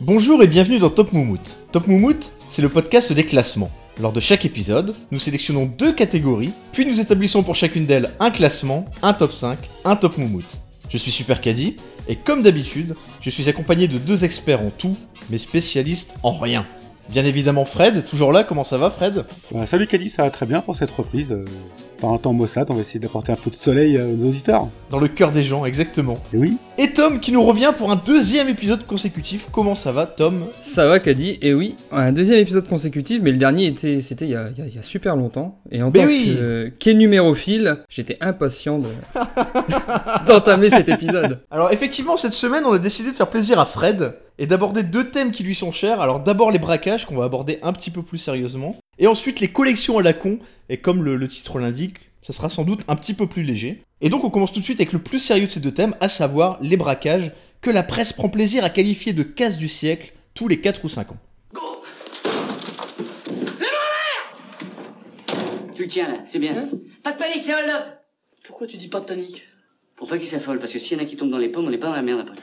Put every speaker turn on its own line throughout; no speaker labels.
Bonjour et bienvenue dans Top Moumout. Top Moumout, c'est le podcast des classements. Lors de chaque épisode, nous sélectionnons deux catégories, puis nous établissons pour chacune d'elles un classement, un top 5, un top Moumout. Je suis Super Caddy, et comme d'habitude, je suis accompagné de deux experts en tout, mais spécialistes en rien. Bien évidemment Fred, toujours là, comment ça va Fred
Bah, salut Caddy, ça va très bien pour cette reprise. Euh, par un temps maussade, on va essayer d'apporter un peu de soleil euh, aux auditeurs.
Dans le cœur des gens, exactement.
Et oui,
Et Tom qui nous revient pour un deuxième épisode consécutif, comment ça va Tom
Ça va, Caddy Et eh oui, un deuxième épisode consécutif, mais le dernier était, c'était il y a, il y a- il y a super longtemps. Et en
Mais
tant
oui.
que euh, qu'énumérophile, j'étais impatient de- d'entamer cet épisode.
Alors effectivement, cette semaine, on a décidé de faire plaisir à Fred et d'aborder deux thèmes qui lui sont chers. Alors d'abord les braquages qu'on va aborder un petit peu plus sérieusement, et ensuite les collections à la con. Et comme le, le titre l'indique, ça sera sans doute un petit peu plus léger. Et donc on commence tout de suite avec le plus sérieux de ces deux thèmes, à savoir les braquages que la presse prend plaisir à qualifier de casse du siècle tous les 4 ou 5 ans.
Tu le tiens là, c'est bien. pas de panique, c'est hold up
Hein Pourquoi tu dis pas de panique
Pour pas qu'il s'affole, parce que s'il y en a qui tombent dans les pommes, on n'est pas dans la merde après.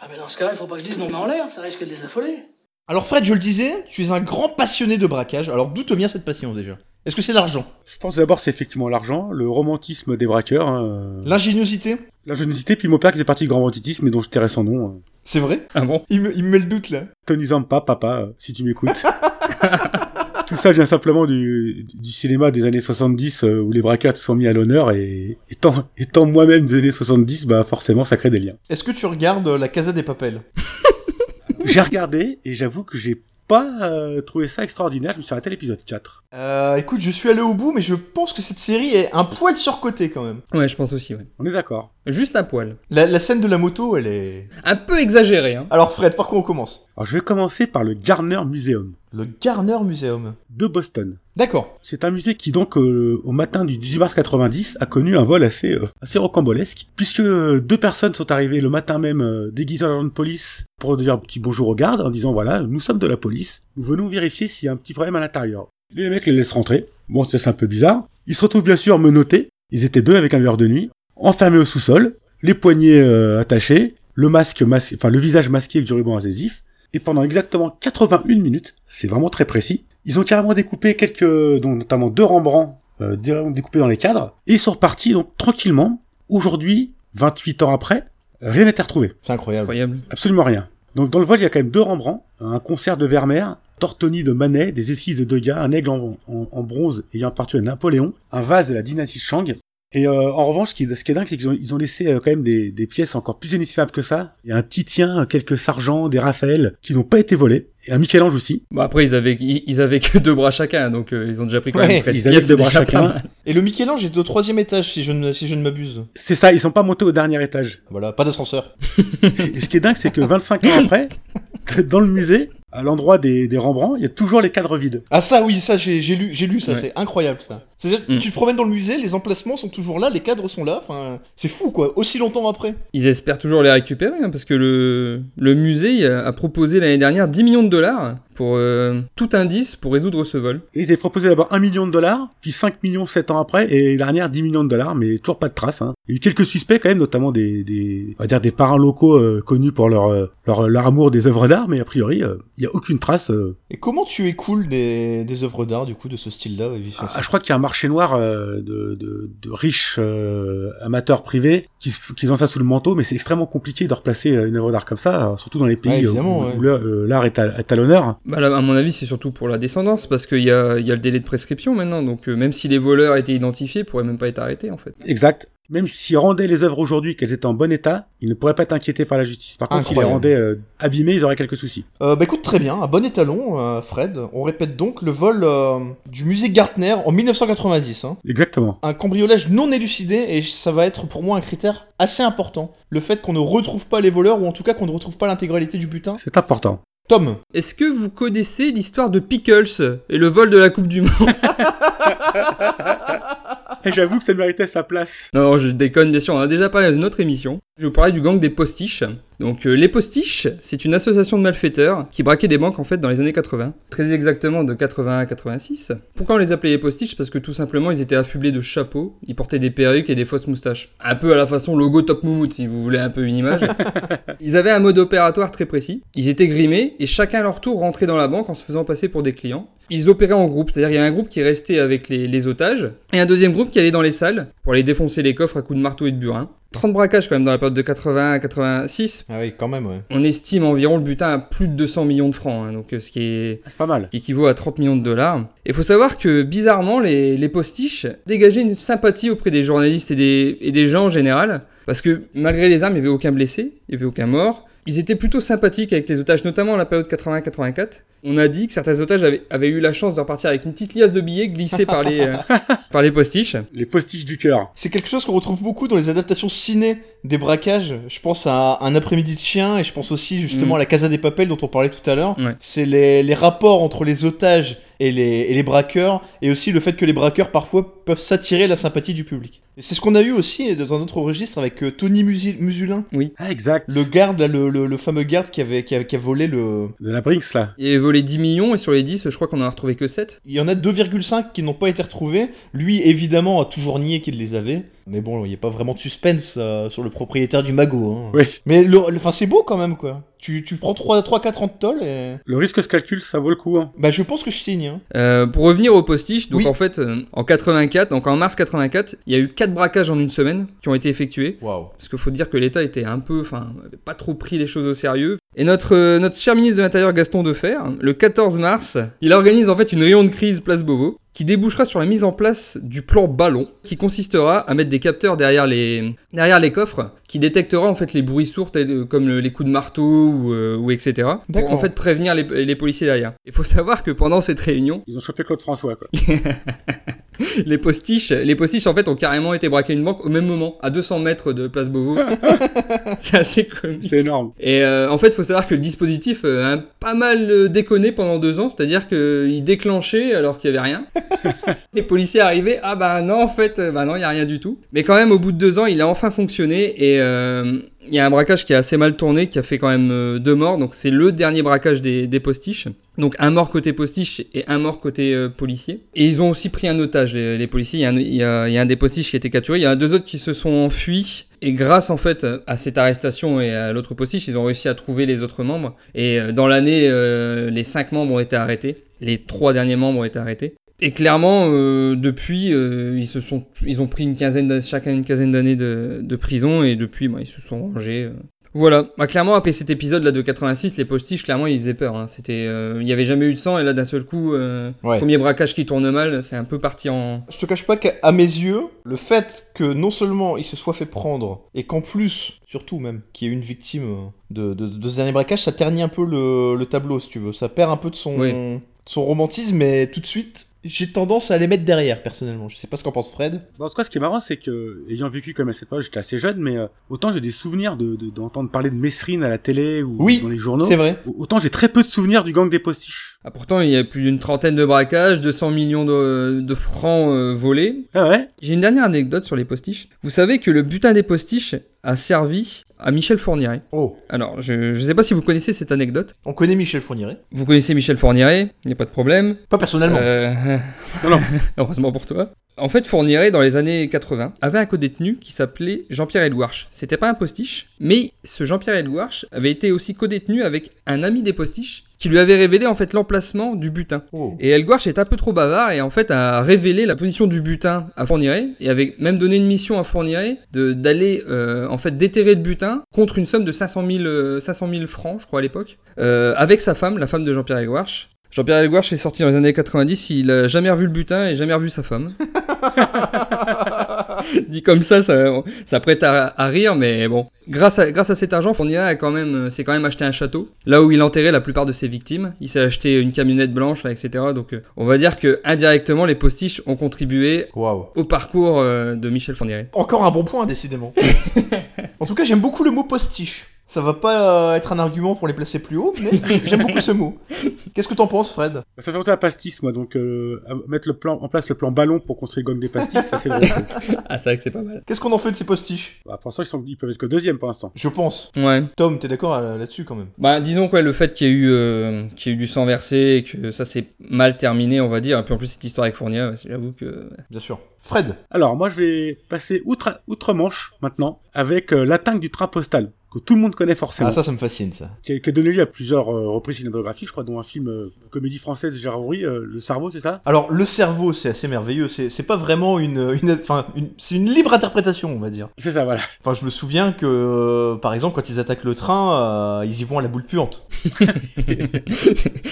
Ah mais dans ce cas-là, il faut pas que je dise non mais en l'air, ça risque de les affoler.
Alors Fred, je le disais, tu es un grand passionné de braquage. Alors d'où te vient cette passion déjà Est-ce que c'est l'argent
je pense d'abord c'est effectivement l'argent, le romantisme des braqueurs, hein, euh,
L'ingéniosité
la jeunesse, puis mon père qui faisait partie du grand banditisme et dont je tairai son nom. euh,
C'est vrai
Ah bon
il me, il me met le doute là.
Tony Zampa, papa, euh, si tu m'écoutes. Tout ça vient simplement du, du cinéma des années 70 euh, où les braqueurs sont mis à l'honneur et étant, étant moi-même des années 70, bah forcément ça crée des liens.
Est-ce que tu regardes euh, La Casa des Papels
J'ai regardé et j'avoue que j'ai pas euh, trouvé ça extraordinaire, je me suis arrêté à l'épisode 4.
euh, Écoute, je suis allé au bout, mais je pense que cette série est un poil surcotée quand même.
Ouais, je pense aussi, ouais.
On est d'accord.
Juste un poil.
La, la scène de la moto, elle est...
Un peu exagéré, hein.
Alors Fred, par quoi on commence
Alors je vais commencer par le Garner Museum
Le Garner Museum.
de Boston.
D'accord.
C'est un musée qui donc euh, au matin du 18 mars 90 a connu un vol assez euh, assez rocambolesque puisque euh, deux personnes sont arrivées le matin même euh, déguisées en agents de police pour dire un petit bonjour au garde en disant voilà nous sommes de la police nous venons vérifier s'il y a un petit problème à l'intérieur. Les mecs les laissent rentrer. Bon c'est un peu bizarre. Ils se retrouvent bien sûr menottés. Ils étaient deux avec un verre de nuit enfermés au sous-sol, les poignets euh, attachés, le masque masqué, enfin le visage masqué avec du ruban adhésif. Et pendant exactement 81 minutes, c'est vraiment très précis, ils ont carrément découpé quelques, dont notamment deux Rembrandts, euh, directement découpés dans les cadres, et ils sont repartis donc tranquillement. Aujourd'hui, 28 ans après, rien n'était retrouvé.
C'est incroyable.
Incroyable.
Absolument rien. Donc dans le vol, il y a quand même deux Rembrandt, un concert de Vermeer, Tortoni de Manet, des esquisses de Degas, un aigle en, en- en bronze ayant appartenu à Napoléon, un vase de la dynastie Shang. Et euh, en revanche, ce qui, est- ce qui est dingue, c'est qu'ils ont, ils ont laissé euh, quand même des, des pièces encore plus inestimables que ça. Il y a un Titien, euh, quelques sargents, des Raphaël, qui n'ont pas été volés, et un Michel-Ange aussi.
Bon, après, ils avaient, ils, ils avaient que deux bras chacun, donc euh, ils ont déjà pris quand
Ouais,
même presque
ils avaient
pièces,
deux
c'est
bras
déjà pas
chacun.
mal.
Et le Michel-Ange est au troisième étage, si je ne, si je ne m'abuse.
C'est ça, ils sont pas montés au dernier étage.
Voilà, pas d'ascenseur.
Et ce qui est dingue, c'est que 25 ans après, dans le musée, à l'endroit des, des Rembrandt, il y a toujours les cadres vides.
Ah ça, oui, ça, j'ai j'ai lu, j'ai lu ça,
Ouais.
c'est incroyable ça. C'est-à-dire,
Mm.
tu te promènes dans le musée, les emplacements sont toujours là, les cadres sont là, enfin... C'est fou quoi, aussi longtemps après.
Ils espèrent toujours les récupérer, hein, parce que le, le musée a a proposé l'année dernière 10 millions de dollars pour euh, tout indice pour résoudre ce vol.
Et ils avaient proposé d'abord 1 million de dollars, puis 5 millions 7 ans après, et dernière 10 millions de dollars, mais toujours pas de traces. Hein. Il y a eu quelques suspects quand même, notamment des, des on va dire des parents locaux euh, connus pour leur, euh, leur leur amour des œuvres d'art, mais a priori euh, il y a aucune trace. euh.
Et comment tu écoules des, des œuvres d'art, du coup, de ce style-là, Vicence
Ah, je crois qu'il y a un marché noir euh, de, de, de riches euh, amateurs privés qui, se- qui ont ça sous le manteau, mais c'est extrêmement compliqué de replacer euh, une œuvre d'art comme ça, euh, surtout dans les
Ouais,
pays euh,
évidemment,
où,
ouais.
où l'art- euh, l'art est à, est à l'honneur.
Bah là, à mon avis, c'est surtout pour la descendance, parce qu'il y a, il y a le délai de prescription maintenant, donc euh, même si les voleurs étaient identifiés, ils pourraient même pas être arrêtés en fait.
Exact. Même s'ils rendaient les œuvres aujourd'hui qu'elles étaient en bon état, ils ne pourraient pas être inquiétés par la justice. Par contre, s'ils les
Incroyable.
rendaient euh, abîmées, ils auraient quelques soucis.
Euh, bah écoute, très bien, un bon étalon, euh, Fred. On répète donc le vol euh, du musée Gartner en 1990. hein.
Exactement.
Un cambriolage non élucidé, et ça va être pour moi un critère assez important. Le fait qu'on ne retrouve pas les voleurs, ou en tout cas qu'on ne retrouve pas l'intégralité du butin.
C'est important.
Tom,
Est-ce que vous connaissez l'histoire de Pickles et le vol de la Coupe du Monde
Et j'avoue que ça méritait sa place.
Non, je déconne, bien sûr, on en a déjà parlé dans une autre émission. Je vais vous parler du gang des postiches. Donc euh, les postiches, c'est une association de malfaiteurs qui braquait des banques en fait dans les années 80, très exactement de 81 à 86. Pourquoi on les appelait les postiches Parce que tout simplement ils étaient affublés de chapeaux, ils portaient des perruques et des fausses moustaches. Un peu à la façon logo Top Moumout si vous voulez un peu une image. ils avaient un mode opératoire très précis, ils étaient grimés et chacun à leur tour rentrait dans la banque en se faisant passer pour des clients. Ils opéraient en groupe, c'est-à-dire il y a un groupe qui restait avec les, les otages et un deuxième groupe qui allait dans les salles pour aller défoncer les coffres à coups de marteau et de burin. 30 braquages quand même dans la période de 81 à 86.
Ah oui, quand même, ouais.
On estime environ le butin à plus de 200 millions de francs, hein, donc euh, ce qui est
Ah, C'est pas mal.
qui équivaut à 30 millions de dollars. Et faut savoir que, bizarrement, les, les postiches dégageaient une sympathie auprès des journalistes et des, et des gens en général, parce que malgré les armes, il n'y avait aucun blessé, il n'y avait aucun mort. Ils étaient plutôt sympathiques avec les otages, notamment à la période 80-84. On a dit que certains otages avaient, avaient eu la chance de repartir avec une petite liasse de billets glissée par les, euh, par les postiches.
Les postiches du cœur.
C'est quelque chose qu'on retrouve beaucoup dans les adaptations ciné des braquages. Je pense à Un après-midi de chien et je pense aussi justement
Mm.
à La Casa des Papels dont on parlait tout à l'heure.
Ouais.
C'est les, les rapports entre les otages et les, et les braqueurs et aussi le fait que les braqueurs parfois peuvent s'attirer la sympathie du public. Et c'est ce qu'on a eu aussi dans un autre registre avec euh, Tony Musi- Musulin,
Ah, exact.
le garde, là, le, le- le fameux garde qui, avait, qui, a, qui a volé le...
De la Brinks, là.
Et volé 10 millions, et sur les 10, je crois qu'on en a retrouvé que 7.
Il y en a 2,5 qui n'ont pas été retrouvés. Lui, évidemment, a toujours nié qu'il les avait. Mais bon, il n'y a pas vraiment de suspense euh, sur le propriétaire du magot. hein.
Oui.
Mais le, le- enfin, c'est beau quand même, quoi. Tu, tu prends 3-4 ans de toll et...
Le risque se calcule, ça vaut le coup. Hein.
Bah, je pense que je signe. hein.
Euh, pour revenir au postiche, donc
Oui.
en fait, euh, en 84, donc en mars 84, il y a eu quatre braquages en une semaine qui ont été effectués. Parce qu'il faut dire que l'État était un peu, enfin, avait pas trop pris les choses au sérieux. Et notre, euh, notre cher ministre de l'Intérieur Gaston Defer, le 14 mars, il organise en fait une réunion de crise place Beauvau qui débouchera sur la mise en place du plan ballon qui consistera à mettre des capteurs derrière les, derrière les coffres qui détectera en fait les bruits sourds tels, euh, comme le- les coups de marteau ou, euh, ou etc. Pour
D'accord.
en fait prévenir les, les policiers derrière. Il faut savoir que pendant cette réunion,
Ils ont chopé Claude François, quoi.
les postiches, les postiches en fait ont carrément été braqués à une banque au même moment, à 200 mètres de Place Beauvau. c'est assez comique.
C'est énorme.
Et euh, en fait, faut savoir que le dispositif euh, a pas mal euh, déconné pendant deux ans, c'est-à-dire qu'il déclenchait alors qu'il y avait rien. les policiers arrivaient, ah bah non, en fait, euh, bah non, il y a rien du tout. Mais quand même, au bout de deux ans, il a enfin fonctionné et euh, il y a un braquage qui a assez mal tourné, qui a fait quand même euh, deux morts. Donc c'est le dernier braquage des, des postiches. Donc un mort côté postiche et un mort côté euh, policier. Et ils ont aussi pris un otage, les, les policiers. Il y, a un, il y a- il y a un des postiches qui a été capturé. Il y en a deux autres qui se sont enfuis. Et grâce en fait euh, à cette arrestation et à l'autre postiche, ils ont réussi à trouver les autres membres. Et euh, dans l'année, euh, les cinq membres ont été arrêtés. Les trois derniers membres ont été arrêtés. Et clairement, euh, depuis, euh, ils se sont, ils ont pris une quinzaine, d'a- chacun une quinzaine d'années de, de prison. Et depuis, bah, ils se sont rangés. euh, voilà, bah, clairement après cet épisode là de 86, les postiches clairement ils faisaient peur. hein. C'était, euh, il y avait jamais eu de sang et là d'un seul coup, euh,
Ouais.
premier braquage qui tourne mal, c'est un peu parti en.
Je te cache pas qu'à mes yeux, le fait que non seulement il se soit fait prendre, et qu'en plus, surtout même, qu'il y ait une victime euh, de, de, de ce dernier braquage, ça ternit un peu le, le tableau, si tu veux. Ça perd un peu de son,
Oui.
de son romantisme, mais tout de suite, j'ai tendance à les mettre derrière, personnellement. Je sais pas ce qu'en pense Fred.
Bon, en tout cas, ce qui est marrant, c'est que, ayant vécu comme à cette période, j'étais assez jeune, mais euh, autant j'ai des souvenirs d'entendre de, d'entendre parler de Messrine à la télé ou
Oui,
dans les journaux,
C'est vrai.
au- autant j'ai très peu de souvenirs du gang des postiches.
Ah, pourtant il y a plus d'une trentaine de braquages, 200 millions de, de francs euh, volés.
Ah ouais
J'ai une dernière anecdote sur les postiches. Vous savez que le butin des postiches a servi à Michel Fourniret.
Oh,
Alors je, je sais pas si vous connaissez cette anecdote.
on connaît Michel Fourniret.
Vous connaissez Michel Fourniret, il n'y a pas de problème.
Pas personnellement.
Euh,
Non, non.
Heureusement pour toi. En fait, Fourniret, dans les années 80, avait un codétenu qui s'appelait Jean-Pierre Edouarch. C'était pas un postiche, mais ce Jean-Pierre Edouarch avait été aussi codétenu avec un ami des postiches qui lui avait révélé en fait l'emplacement du butin.
Oh.
Et Elguarch est un peu trop bavard et en fait a révélé la position du butin à Fourniret et avait même donné une mission à Fourniret de- d'aller euh, en fait déterrer le butin contre une somme de 500 000, euh, 500 000 francs, je crois à l'époque, euh, avec sa femme, la femme de Jean-Pierre Elguarch. Jean-Pierre Elguarch est sorti dans les années 90, il a jamais revu le butin et jamais revu sa femme. Dit comme ça, ça, ça prête à, à rire, mais bon. Grâce à, grâce à cet argent, Fournier a quand même, euh, s'est quand même acheté un château, là où il enterrait la plupart de ses victimes. Il s'est acheté une camionnette blanche, etc. Donc euh, on va dire que indirectement, les postiches ont contribué
Waouh.
au parcours euh, de Michel Fournier.
Encore un bon point, décidément. en tout cas, j'aime beaucoup le mot postiche. Ça va pas euh, être un argument pour les placer plus haut, mais j'aime beaucoup ce mot. Qu'est-ce que t'en penses, Fred
Bah, Ça fait penser à Pastis, moi, donc euh, à mettre le plan, en place le plan ballon pour construire le gang des Pastis, ça c'est vrai.
Ah, c'est vrai que c'est pas mal.
Qu'est-ce qu'on en fait de ces postiches
Bah, pour l'instant, ils, sont, ils peuvent être que deuxième pour l'instant.
Je pense.
Ouais.
Tom, t'es d'accord euh, là-dessus quand même
Bah, disons quoi, le fait qu'il y ait eu, euh, qu'il y ait eu du sang versé et que ça s'est mal terminé, on va dire. Et puis en plus, cette histoire avec Fournia, ouais, j'avoue que.
Bien sûr. Fred
Alors, moi, je vais passer outre, outre-Manche maintenant avec euh, l'attaque du train postal que tout le monde connaît forcément,
Ah, ça, ça me fascine, ça.
qui, a, qui a donné lieu à plusieurs euh, reprises cinématographiques, je crois, dont un film euh, comédie française de Gérard Rory, euh, Le Cerveau, c'est ça
Alors, le cerveau, c'est assez merveilleux. C'est c'est pas vraiment une. une- Enfin, une- c'est une libre interprétation, on va dire.
C'est ça, voilà.
Enfin, je me souviens que, euh, par exemple, quand ils attaquent le train, euh, ils y vont à la boule puante.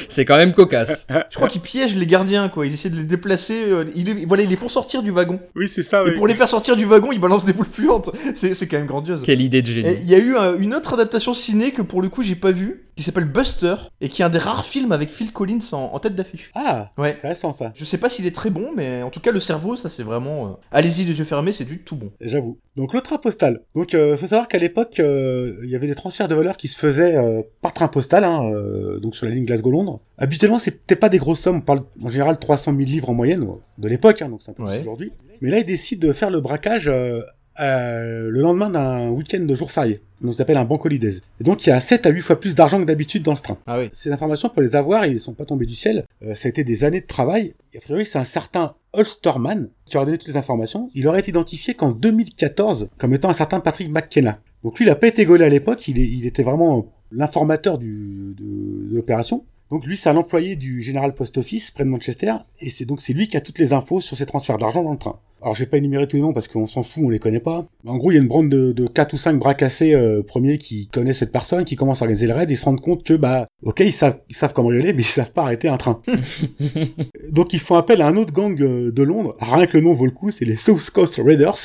c'est quand même cocasse.
Je crois qu'ils piègent les gardiens, quoi. Ils essaient de les déplacer. euh, ils, les- voilà, ils les font sortir du wagon.
Oui, c'est ça.
Et
oui.
pour les faire sortir du wagon, ils balancent des boules puantes. C'est c'est quand même grandiose.
Quelle idée de
Et
génie.
Il y a eu un- une autre adaptation ciné que pour le coup j'ai pas vue, qui s'appelle Buster, et qui est un des rares films avec Phil Collins en, en tête d'affiche.
Ah,
Ouais.
intéressant ça,
Je sais pas s'il est très bon, mais en tout cas le cerveau, ça c'est vraiment... euh, Allez-y les yeux fermés, c'est du tout bon.
j'avoue. Donc, le train postal. Donc, euh, faut savoir qu'à l'époque, euh, il y avait des transferts de valeur qui se faisaient euh, par train postal, hein, euh, donc sur la ligne Glasgow-Londres. Habituellement, c'était pas des grosses sommes, on parle en général 300 000 livres en moyenne euh, de l'époque, hein, donc c'est un peu
Ouais.
plus aujourd'hui. Mais là, ils décident de faire le braquage euh, euh, le lendemain d'un week-end de jour férié. Donc, ça s'appelle un bank holidays. Et donc, il y a 7 à 8 fois plus d'argent que d'habitude dans ce train.
Ah oui.
Ces informations, pour les avoir, ils ne sont pas tombés du ciel. Euh, ça a été des années de travail. Et a priori, c'est un certain Ulsterman qui aurait donné toutes les informations. Il aurait été identifié qu'en 2014 comme étant un certain Patrick McKenna. Donc lui, il n'a pas été gaulé à l'époque. Il, est- il était vraiment l'informateur du- de, de l'opération. Donc lui, c'est un employé du General Post Office près de Manchester. Et c'est donc c'est lui qui a toutes les infos sur ses transferts d'argent dans le train. Alors, je vais pas énumérer tous les noms parce qu'on s'en fout, on les connaît pas. Mais en gros, il y a une bande de, de 4 ou 5 bras cassés euh, premiers qui connaissent cette personne, qui commencent à organiser le raid, ils se rendent compte que, bah, ok, ils savent, ils savent cambrioler, mais ils savent pas arrêter un train. Donc, ils font appel à un autre gang euh, de Londres. Rien que le nom vaut le coup, c'est les South Coast Raiders.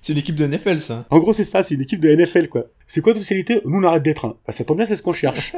C'est une équipe de NFL ça.
En gros, c'est ça, c'est une équipe de NFL, quoi. C'est quoi votre spécialité Nous, on arrête des trains. Bah, ça tombe bien, c'est ce qu'on cherche.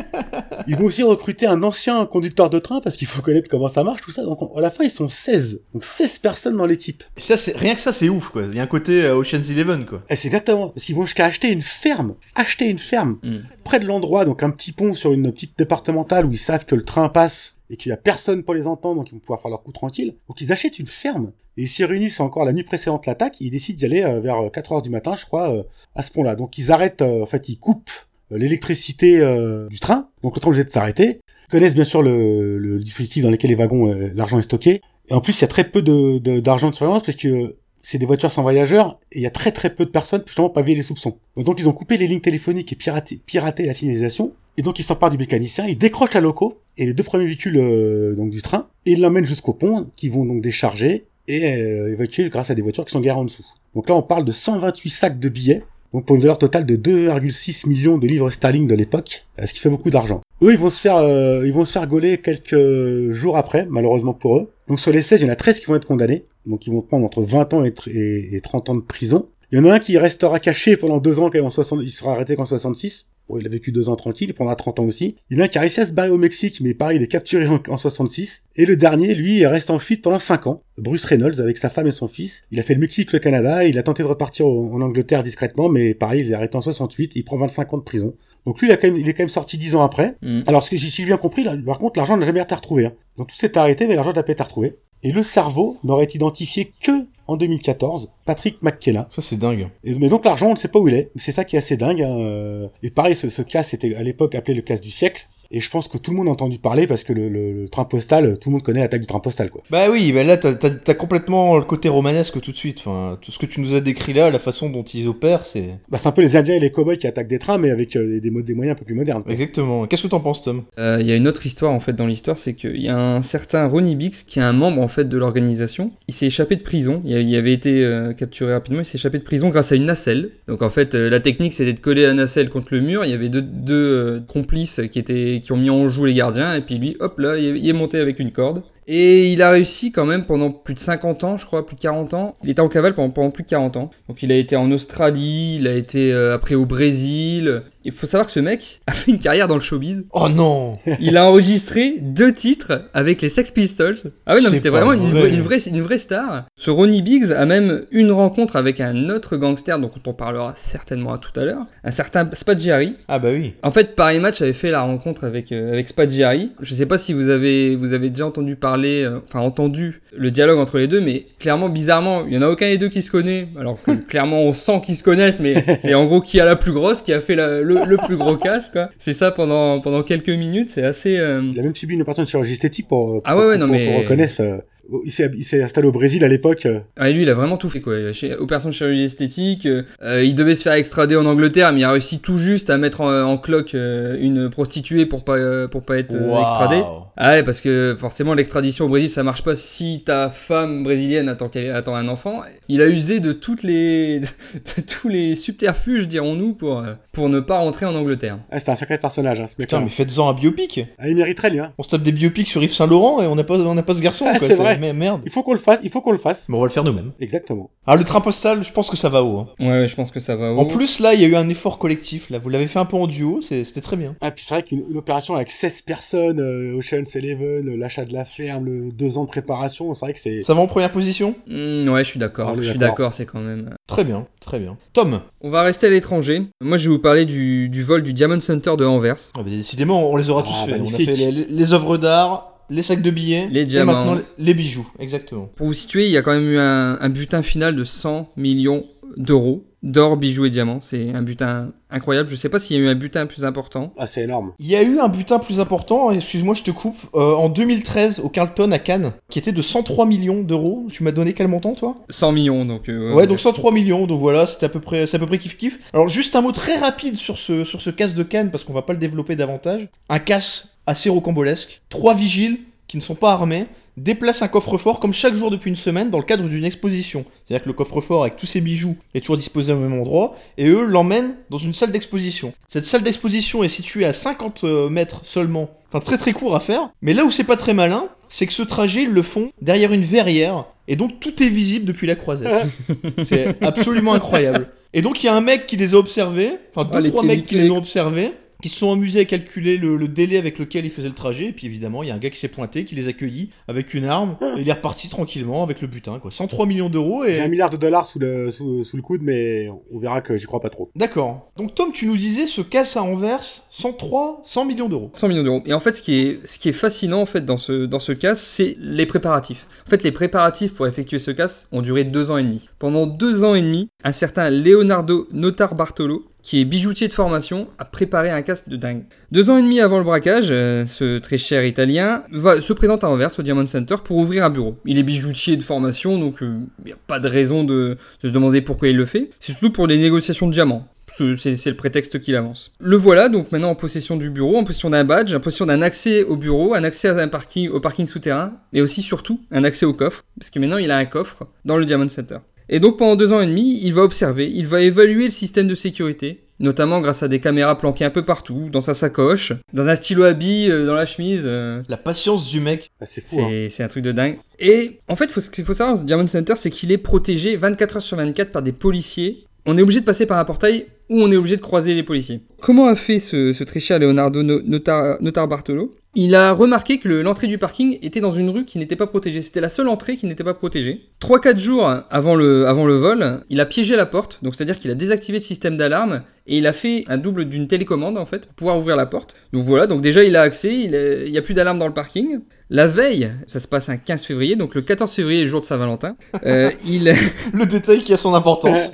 Ils vont aussi recruter un ancien conducteur de train parce qu'il faut connaître comment ça marche, tout ça. Donc, on- à la fin, ils sont 16. Donc, 16 personnes dans l'équipe.
Et ça c'est rien que ça c'est ouf quoi. Il y a un côté euh, Ocean's Eleven quoi.
Et Eh, c'est exactement, parce qu'ils vont jusqu'à acheter une ferme, acheter une ferme,
Mm.
près de l'endroit, donc un petit pont sur une petite départementale où ils savent que le train passe et qu'il n'y a personne pour les entendre, donc ils vont pouvoir faire leur coup tranquille. Donc ils achètent une ferme, et ils s'y réunissent encore la nuit précédente l'attaque, et ils décident d'y aller euh, vers 4h du matin, je crois, euh, à ce pont-là. Donc ils arrêtent, euh, en fait, ils coupent euh, l'électricité euh, du train, donc le train est obligé de s'arrêter. Ils connaissent bien sûr le, le dispositif dans lequel les wagons, euh, l'argent est stocké. Et en plus, il y a très peu de- de- d'argent de, surveillance, parce que... euh, c'est des voitures sans voyageurs et il y a très très peu de personnes pour justement pavier les soupçons. Donc ils ont coupé les lignes téléphoniques et piraté, piraté la signalisation. Et donc ils s'emparent du mécanicien, ils décrochent la loco et les deux premiers véhicules euh, donc du train et ils l'emmènent jusqu'au pont qui vont donc décharger et euh, évacuer grâce à des voitures qui sont garées en dessous. Donc là on parle de 128 sacs de billets. Donc pour une valeur totale de 2,6 millions de livres sterling de l'époque, euh, ce qui fait beaucoup d'argent. Eux, ils vont se faire, euh, ils vont se faire gauler quelques jours après, malheureusement pour eux. Donc sur les 16, il y en a 13 qui vont être condamnés. Donc ils vont prendre entre 20 ans et, tr- et- et 30 ans de prison. Il y en a un qui restera caché pendant deux ans, quand il est en 60 il sera arrêté qu'en 66. Bon, il a vécu deux ans tranquille, il prendra 30 ans aussi. Il y en a un qui a réussi à se barrer au Mexique, mais pareil, il est capturé en, en 66. Et le dernier, lui, il reste en fuite pendant 5 ans. Bruce Reynolds, avec sa femme et son fils. Il a fait le Mexique, le Canada, et il a tenté de repartir au- en Angleterre discrètement, mais pareil, il est arrêté en 68, il prend 25 ans de prison. Donc lui, il, a quand même, il est quand même sorti 10 ans après.
Mm.
Alors, ce que j'ai- si j'ai bien compris, là, par contre, l'argent n'a jamais été retrouvé. Hein. Donc tout s'est arrêté, mais l'argent n'a pas été retrouvé. Et le cerveau n'aurait été identifié que en 2014, Patrick McKenna.
Ça c'est dingue.
Et- mais donc l'argent, on ne sait pas où il est. C'est ça qui est assez dingue. hein, euh. Et pareil, ce, ce cas, c'était à l'époque appelé le casse du siècle. Et je pense que tout le monde a entendu parler parce que le, le- le train postal, tout le monde connaît l'attaque du train postal, quoi.
Bah oui, bah là t'as- t'as t'as complètement le côté romanesque tout de suite. Enfin, tout ce que tu nous as décrit là, la façon dont ils opèrent, c'est...
Bah, c'est un peu les Indiens et les cowboys qui attaquent des trains, mais avec euh, des, des modes- des moyens un peu plus modernes.
Exactement. Qu'est-ce que t'en penses Tom
Euh, Il y a une autre histoire en fait dans l'histoire, c'est qu'il y a un certain Ronnie Bix qui est un membre en fait de l'organisation. Il s'est échappé de prison. Il y a- il avait été euh, capturé rapidement. Il s'est échappé de prison grâce à une nacelle. Donc en fait, euh, la technique c'était de coller la nacelle contre le mur. Il y avait deux, deux, euh, complices qui étaient qui ont mis en joue les gardiens et puis lui, hop là, il est, il est monté avec une corde. Et il a réussi quand même pendant plus de 50 ans, je crois, plus de 40 ans. Il était en cavale pendant, pendant plus de 40 ans. Donc il a été en Australie, il a été euh, après au Brésil. Il faut savoir que ce mec a fait une carrière dans le showbiz.
Oh non
Il a enregistré deux titres avec les Sex Pistols. Ah ouais, non,
C'est
mais c'était
pas
vraiment une,
vrai.
vraie, une, vraie, une vraie star. Ce Ronnie Biggs a même une rencontre avec un autre gangster, dont on parlera certainement tout à l'heure, un certain Spaggiari.
Ah bah oui.
En fait, Paris Match avait fait la rencontre avec, euh, avec Spaggiari. Je sais pas si vous avez, vous avez déjà entendu parler, euh, enfin entendu le dialogue entre les deux, mais clairement, bizarrement, il y en a aucun des deux qui se connaît. Alors que clairement, on sent qu'ils se connaissent, mais c'est en gros qui a la plus grosse, qui a fait la- le, le plus gros casse, quoi. C'est ça pendant, pendant quelques minutes, c'est assez. euh,
Il a même subi une opération de chirurgie esthétique pour, euh,
Ah
pour-
ouais, ouais,
pour-
non,
pour
mais-
qu'on reconnaisse. euh, il s'est il s'est installé au Brésil à l'époque. euh,
Ah, et lui, il a vraiment tout fait, quoi. Chez, opération de chirurgie esthétique, euh, euh, il devait se faire extrader en Angleterre, mais il a réussi tout juste à mettre en, en cloque euh, une prostituée pour pas, euh, pour pas être euh, extradé.
Waouh.
Ah ouais, parce que forcément l'extradition au Brésil ça marche pas si ta femme brésilienne attend, qu'elle- attend un enfant. Il a usé de toutes les de tous les subterfuges dirons-nous pour euh, pour ne pas rentrer en Angleterre.
Ah, c'est un sacré personnage, hein, ce mec
Putain, mais faites-en un biopic
il mériterait, lui. Hein.
On se tape des biopics sur Yves Saint-Laurent et on n'a pas, on n'a pas ce garçon,
Ah,
quoi.
c'est vrai.
mais Merde.
Il faut qu'on le fasse, il faut qu'on le fasse.
Mais on va le faire nous-mêmes.
Exactement.
Ah, le train postal, je pense que ça va haut. hein.
Ouais, ouais, je pense que ça va.
En
haut.
plus, là, il y a eu un effort collectif. Là, vous l'avez fait un peu en duo, c'est- c'était très bien.
Ah, puis c'est vrai qu'une une opération avec 16 personnes, euh, Ocean's Eleven, euh, l'achat de la ferme, le deux ans de préparation, c'est vrai que c'est.
Ça va en première position
Hmm, ouais, je suis
Ah,
d'accord.
On est
Je suis
d'accord.
d'accord, c'est quand même. euh.
Très bien, très bien. Tom,
On va rester à l'étranger. Moi, je vais vous parler du, du vol du Diamond Center de Anvers.
Ah bah, décidément, on les aura
Ah,
tous fait.
magnifique.
On a fait les, les œuvres d'art, les sacs de billets,
Les
et
diamants.
maintenant les bijoux, exactement.
Pour vous situer, il y a quand même eu un, un butin final de 100 millions d'euros d'or, bijoux et diamants. C'est un butin incroyable. Je sais pas s'il y a eu un butin plus important.
Ah, c'est énorme.
Il y a eu un butin plus important, excuse-moi, je te coupe, euh, en 2013 au Carlton à Cannes, qui était de 103 millions d'euros. Tu m'as donné quel montant, toi
100 millions, donc. euh,
Ouais, donc 103 millions, donc voilà, c'était à peu près, c'est à peu près kiff kiff. Alors juste un mot très rapide sur ce, sur ce casse de Cannes, parce qu'on va pas le développer davantage. Un casse assez rocambolesque. Trois vigiles qui ne sont pas armés déplacent un coffre-fort comme chaque jour depuis une semaine dans le cadre d'une exposition. C'est-à-dire que le coffre-fort avec tous ses bijoux est toujours disposé au même endroit, et eux l'emmènent dans une salle d'exposition. Cette salle d'exposition est située à 50 euh, mètres seulement, enfin très très court à faire, mais là où c'est pas très malin, c'est que ce trajet ils le font derrière une verrière, et donc tout est visible depuis la croisette.
Ah.
c'est absolument incroyable. Et donc il y a un mec qui les a observés, enfin
Ah,
deux
les
trois mecs qui
clés-
les ont observés, qui se sont amusés à calculer le, le délai avec lequel ils faisaient le trajet, et puis évidemment il y a un gars qui s'est pointé, qui les a accueillis avec une arme,
Ah.
et il est reparti tranquillement avec le butin quoi. 103 millions d'euros et
J'ai un milliard de dollars sous le, sous, sous le coude, mais on verra que j'y crois pas trop.
D'accord. Donc Tom, tu nous disais ce casse à Anvers, 103, 100 millions d'euros.
100 millions d'euros. Et en fait, ce qui est, ce qui est fascinant en fait dans ce, dans ce cas, c'est les préparatifs. En fait, les préparatifs pour effectuer ce casse ont duré deux ans et demi. Pendant deux ans et demi, un certain Leonardo Notar Bartolo, qui est bijoutier de formation, a préparé un casse de dingue. Deux ans et demi avant le braquage, euh, ce très cher Italien va, se présente à Anvers au Diamond Center pour ouvrir un bureau. Il est bijoutier de formation, donc euh, il n'y a pas de raison de, de se demander pourquoi il le fait. C'est surtout pour les négociations de diamants. C'est c'est le prétexte qu'il avance. Le voilà donc maintenant en possession du bureau, en possession d'un badge, en possession d'un accès au bureau, un accès à un parking, au parking souterrain, et aussi surtout un accès au coffre, parce que maintenant il a un coffre dans le Diamond Center. Et donc pendant deux ans et demi, il va observer, il va évaluer le système de sécurité, notamment grâce à des caméras planquées un peu partout, dans sa sacoche, dans un stylo à billes, euh, dans la chemise. euh,
La patience du mec.
Ah, c'est fou, hein.
c'est c'est un truc de dingue. Et en fait, faut, ce qu'il faut savoir, ce Diamond Center, c'est qu'il est protégé 24 heures sur 24 par des policiers. On est obligé de passer par un portail où on est obligé de croiser les policiers. Comment a fait ce, ce très cher Leonardo No- Notar, Notar Bartolo Il a remarqué que le- l'entrée du parking était dans une rue qui n'était pas protégée. C'était la seule entrée qui n'était pas protégée. 3-4 jours avant le, avant le vol, il a piégé la porte, donc c'est-à-dire qu'il a désactivé le système d'alarme et il a fait un double d'une télécommande en fait pour pouvoir ouvrir la porte. Donc voilà, donc déjà il a accès, il est- il n'y a plus d'alarme dans le parking. La veille, ça se passe un 15 février, donc le 14 février, le jour de Saint-Valentin, euh, il...
Le détail qui a son importance.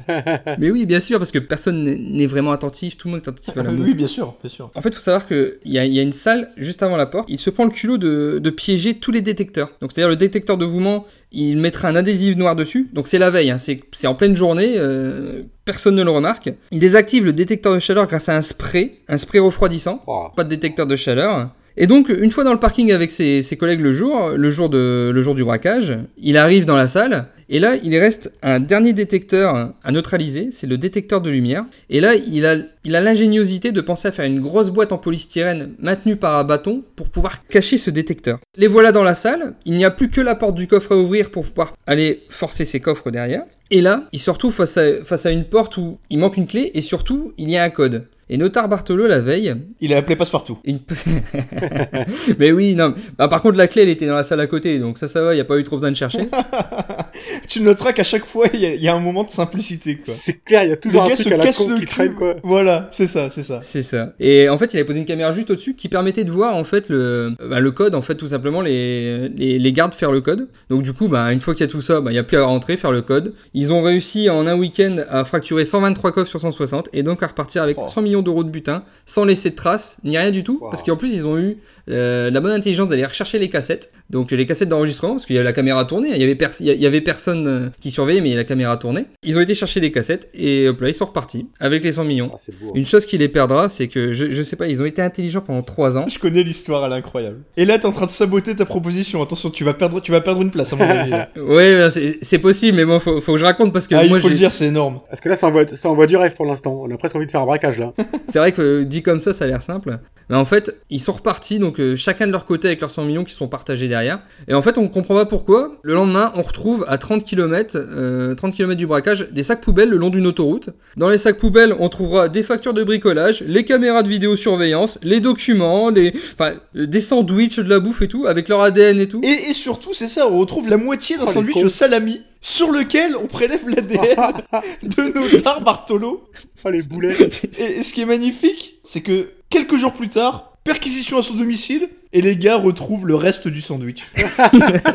Mais oui, bien sûr, parce que personne n'est- n'est vraiment attentif, tout le monde est attentif à l'amour.
oui, bien sûr, bien sûr.
En fait, il faut savoir qu'il y, a- il y a une salle juste avant la porte. Il se prend le culot de, de piéger tous les détecteurs. Donc, c'est-à-dire le détecteur de mouvement, il mettra un adhésif noir dessus. Donc, c'est la veille, hein, c'est c'est en pleine journée, euh, personne ne le remarque. Il désactive le détecteur de chaleur grâce à un spray, un spray refroidissant
Oh,
pas de détecteur de chaleur. Et donc, une fois dans le parking avec ses, ses collègues le jour, le jour, de, le jour du braquage, il arrive dans la salle Et là, il reste un dernier détecteur à neutraliser, c'est le détecteur de lumière. Et là, il a il a l'ingéniosité de penser à faire une grosse boîte en polystyrène maintenue par un bâton pour pouvoir cacher ce détecteur. Les voilà dans la salle, il n'y a plus que la porte du coffre à ouvrir pour pouvoir aller forcer ces coffres derrière. Et là, il se retrouve face à, face à une porte où il manque une clé et surtout, il y a un code. Et Notard Bartolo, la veille,
Il a appelé Passepartout.
une p- mais oui, non. Bah, par contre, la clé, elle était dans la salle à côté, donc ça, ça va, il n'y a pas eu trop besoin de chercher.
tu noteras qu'à chaque fois, il y, a- il y a un moment de simplicité, quoi.
C'est clair, il y a toujours
Le
un
gars
truc
se
à la
casse
con
le
qui traîne,
cul.
quoi.
Voilà, c'est ça, c'est ça.
C'est ça. Et en fait, il avait posé une caméra juste au-dessus qui permettait de voir en fait le, bah, le code, en fait tout simplement les, les, les gardes faire le code. Donc du coup, bah, une fois qu'il y a tout ça, bah, il n'y a plus à rentrer, faire le code. Ils ont réussi en un week-end à fracturer 123 coffres sur 160 et donc à repartir avec
Oh.
100 millions d'euros de butin sans laisser de traces ni rien du tout.
Wow.
Parce qu'en plus, ils ont eu euh, la bonne intelligence d'aller rechercher les cassettes. Donc les cassettes d'enregistrement, parce qu'il y avait la caméra tournée, hein. il y avait, pers- il y a- il y avait personne euh, qui surveillait, mais la caméra tournée. Ils ont été chercher les cassettes et hop là, ils sont repartis avec les 100 millions.
Ah, c'est beau.
Une chose qui les perdra, c'est que je, je sais pas, ils ont été intelligents pendant 3 ans.
Je connais l'histoire, elle est incroyable. Et là, t'es en train de saboter ta proposition. Attention, tu vas perdre, tu vas perdre une place, à mon avis. Ah,
Ouais, ben, c'est- c'est possible, mais bon, faut, faut que je raconte parce que moi,
il faut le
j'ai-
dire, c'est énorme.
Parce que là, ça envoie, ça envoie du rêve pour l'instant. On a presque envie de faire un braquage, là.
c'est vrai que euh, dit comme ça, ça a l'air simple. Mais en fait, ils sont repartis, donc euh, chacun de leur côté avec leurs 100 millions qui sont partagés derrière. Et en fait, on comprend pas pourquoi. Le lendemain, on retrouve à 30 km, 30 km du braquage, des sacs poubelles le long d'une autoroute. Dans les sacs poubelles, on trouvera des factures de bricolage, les caméras de vidéosurveillance, les documents, les, enfin, euh, des sandwichs, de la bouffe et tout, avec leur ADN et tout.
Et, et surtout, c'est ça, on retrouve la moitié d'un
Oh, les
sandwich
cons.
au salami, sur lequel on prélève l'ADN de Notard Bartolo.
Oh, les boulets.
Et, et ce qui est magnifique, c'est que quelques jours plus tard, perquisition à son domicile, et les gars retrouvent le reste du sandwich.